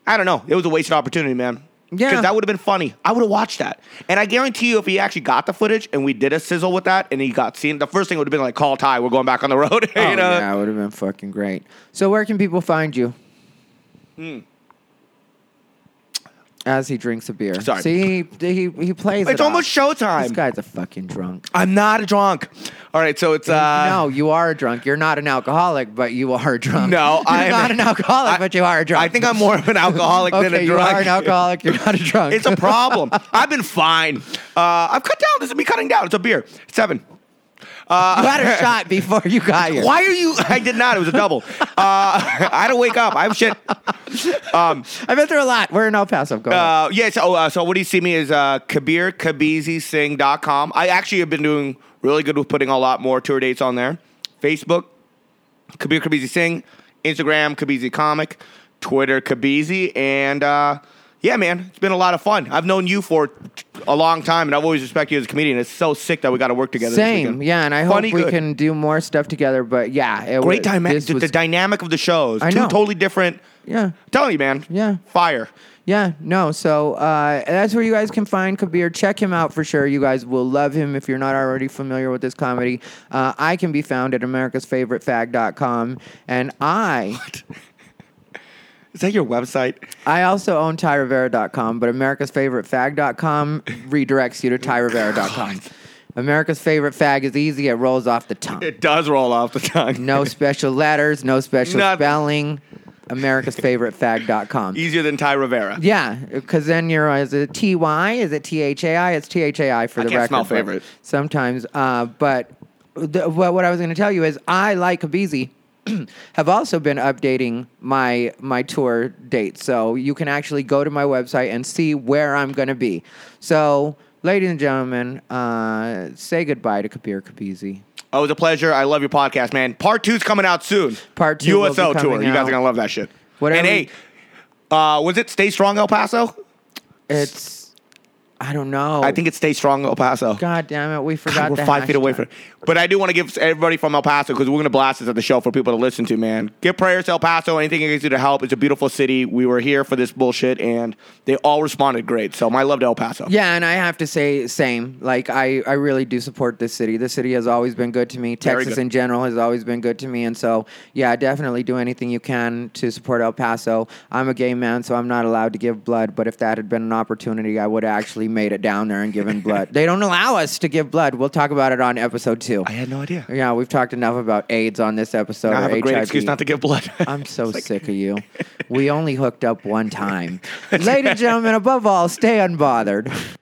B: I don't know. It was a wasted opportunity, man.
A: Yeah.
B: Because that would have been funny. I would have watched that. And I guarantee you, if he actually got the footage and we did a sizzle with that and he got seen, the first thing would have been like, call Ty, we're going back on the road. you
A: Oh,
B: know?
A: yeah, it would have been fucking great. So where can people find you?
B: Hmm.
A: As he drinks a beer.
B: Sorry.
A: See, he he, he plays.
B: It's
A: it
B: almost
A: off.
B: showtime.
A: This guy's a fucking drunk.
B: I'm not a drunk. All right, so it's. uh
A: no, you are a drunk. You're not an alcoholic, but you are a drunk.
B: No,
A: You're
B: I'm-
A: not an alcoholic,
B: I-
A: but you are a drunk.
B: I think I'm more of an alcoholic
A: okay,
B: than a
A: you
B: drunk.
A: are an alcoholic. You're not a drunk.
B: It's a problem. I've been fine. Uh, I've cut down. This is me cutting down. It's a beer. Seven.
A: You had a shot before you got here.
B: Why are you? I did not. It was a double. Uh, I had to wake up. I'm shit. Um,
A: I've been through a lot. We're in El Paso. Go. ahead.
B: uh, yeah. So, uh, so what do you see me is uh, KabirKabizising.com. I actually have been doing really good with putting a lot more tour dates on there. Facebook, Kabir Kabizi Singh, Instagram, Kabizi Comic, Twitter, Kabizi, and uh, yeah, man, it's been a lot of fun. I've known you for a long time, and I've always respected you as a comedian. It's so sick that we got to work together. this
A: Same.
B: weekend.
A: Yeah, and I
B: Funny,
A: hope we
B: good.
A: can do more stuff together. But yeah, it
B: Great
A: wa-
B: dynamic.
A: this
B: The,
A: was-
B: the dynamic of the shows.
A: I
B: Two
A: know.
B: totally different.
A: yeah.
B: Telling you, man.
A: Yeah.
B: Fire.
A: Yeah, no. So uh, that's where you guys can find Kabir. Check him out for sure. You guys will love him if you're not already familiar with this comedy. Uh, I can be found at America's Favorite Fag.com. And I
B: Is that your website?
A: I also own TyRivera.com, but America's Favorite Fag.com redirects you to TyRivera.com. America's Favorite Fag is easy. It rolls off the tongue.
B: It does roll off the tongue.
A: No special letters, no special
B: Nothing.
A: spelling. America's favorite fag.com.
B: Easier than Ty Rivera.
A: Yeah, because then you're uh, is it T Y? Is it T H A I? It's T H A I for
B: I
A: the
B: can't
A: record.
B: smell
A: but
B: favorite.
A: Sometimes, uh, but the, what, what I was going to tell you is I like Kabizi. have also been updating my my tour dates, so you can actually go to my website and see where I'm going to be. So, ladies and gentlemen, uh, say goodbye to Kabir Kabizi.
B: Oh, it was a pleasure. I love your podcast, man. Part two's coming out soon.
A: Part two will be
B: USO tour.
A: coming
B: You guys
A: out.
B: are gonna love that shit.
A: Whatever
B: And hey,
A: we-
B: uh, was it Stay Strong El Paso?
A: It's I don't know.
B: I think it's Stay Strong El Paso.
A: God damn it, we
B: God,
A: forgot.
B: we're
A: the
B: five feet away
A: hashtag.
B: from it. But I do want to give everybody from El Paso because we're gonna blast this at the show for people to listen to. Man, give prayers to El Paso. Anything you can do to help. It's a beautiful city. We were here for this bullshit, and they all responded great. So my love to El Paso.
A: Yeah, and I have to say, same. Like, I, I really do support this city. This city has always been good to me.
B: Very
A: Texas
B: good.
A: in general has always been good to me. And so, yeah, definitely do anything you can to support El Paso. I'm a gay man, so I'm not allowed to give blood. But if that had been an opportunity, I would have actually made it down there and given blood. they don't allow us to give blood. We'll talk about it on episode two.
B: I had no idea.
A: yeah, we've talked enough about AIDS on this episode.
B: Now I
A: or
B: have a great
A: HIV.
B: excuse not to give blood.
A: I'm so sick of you. We only hooked up one time. Ladies and gentlemen, above all, stay unbothered.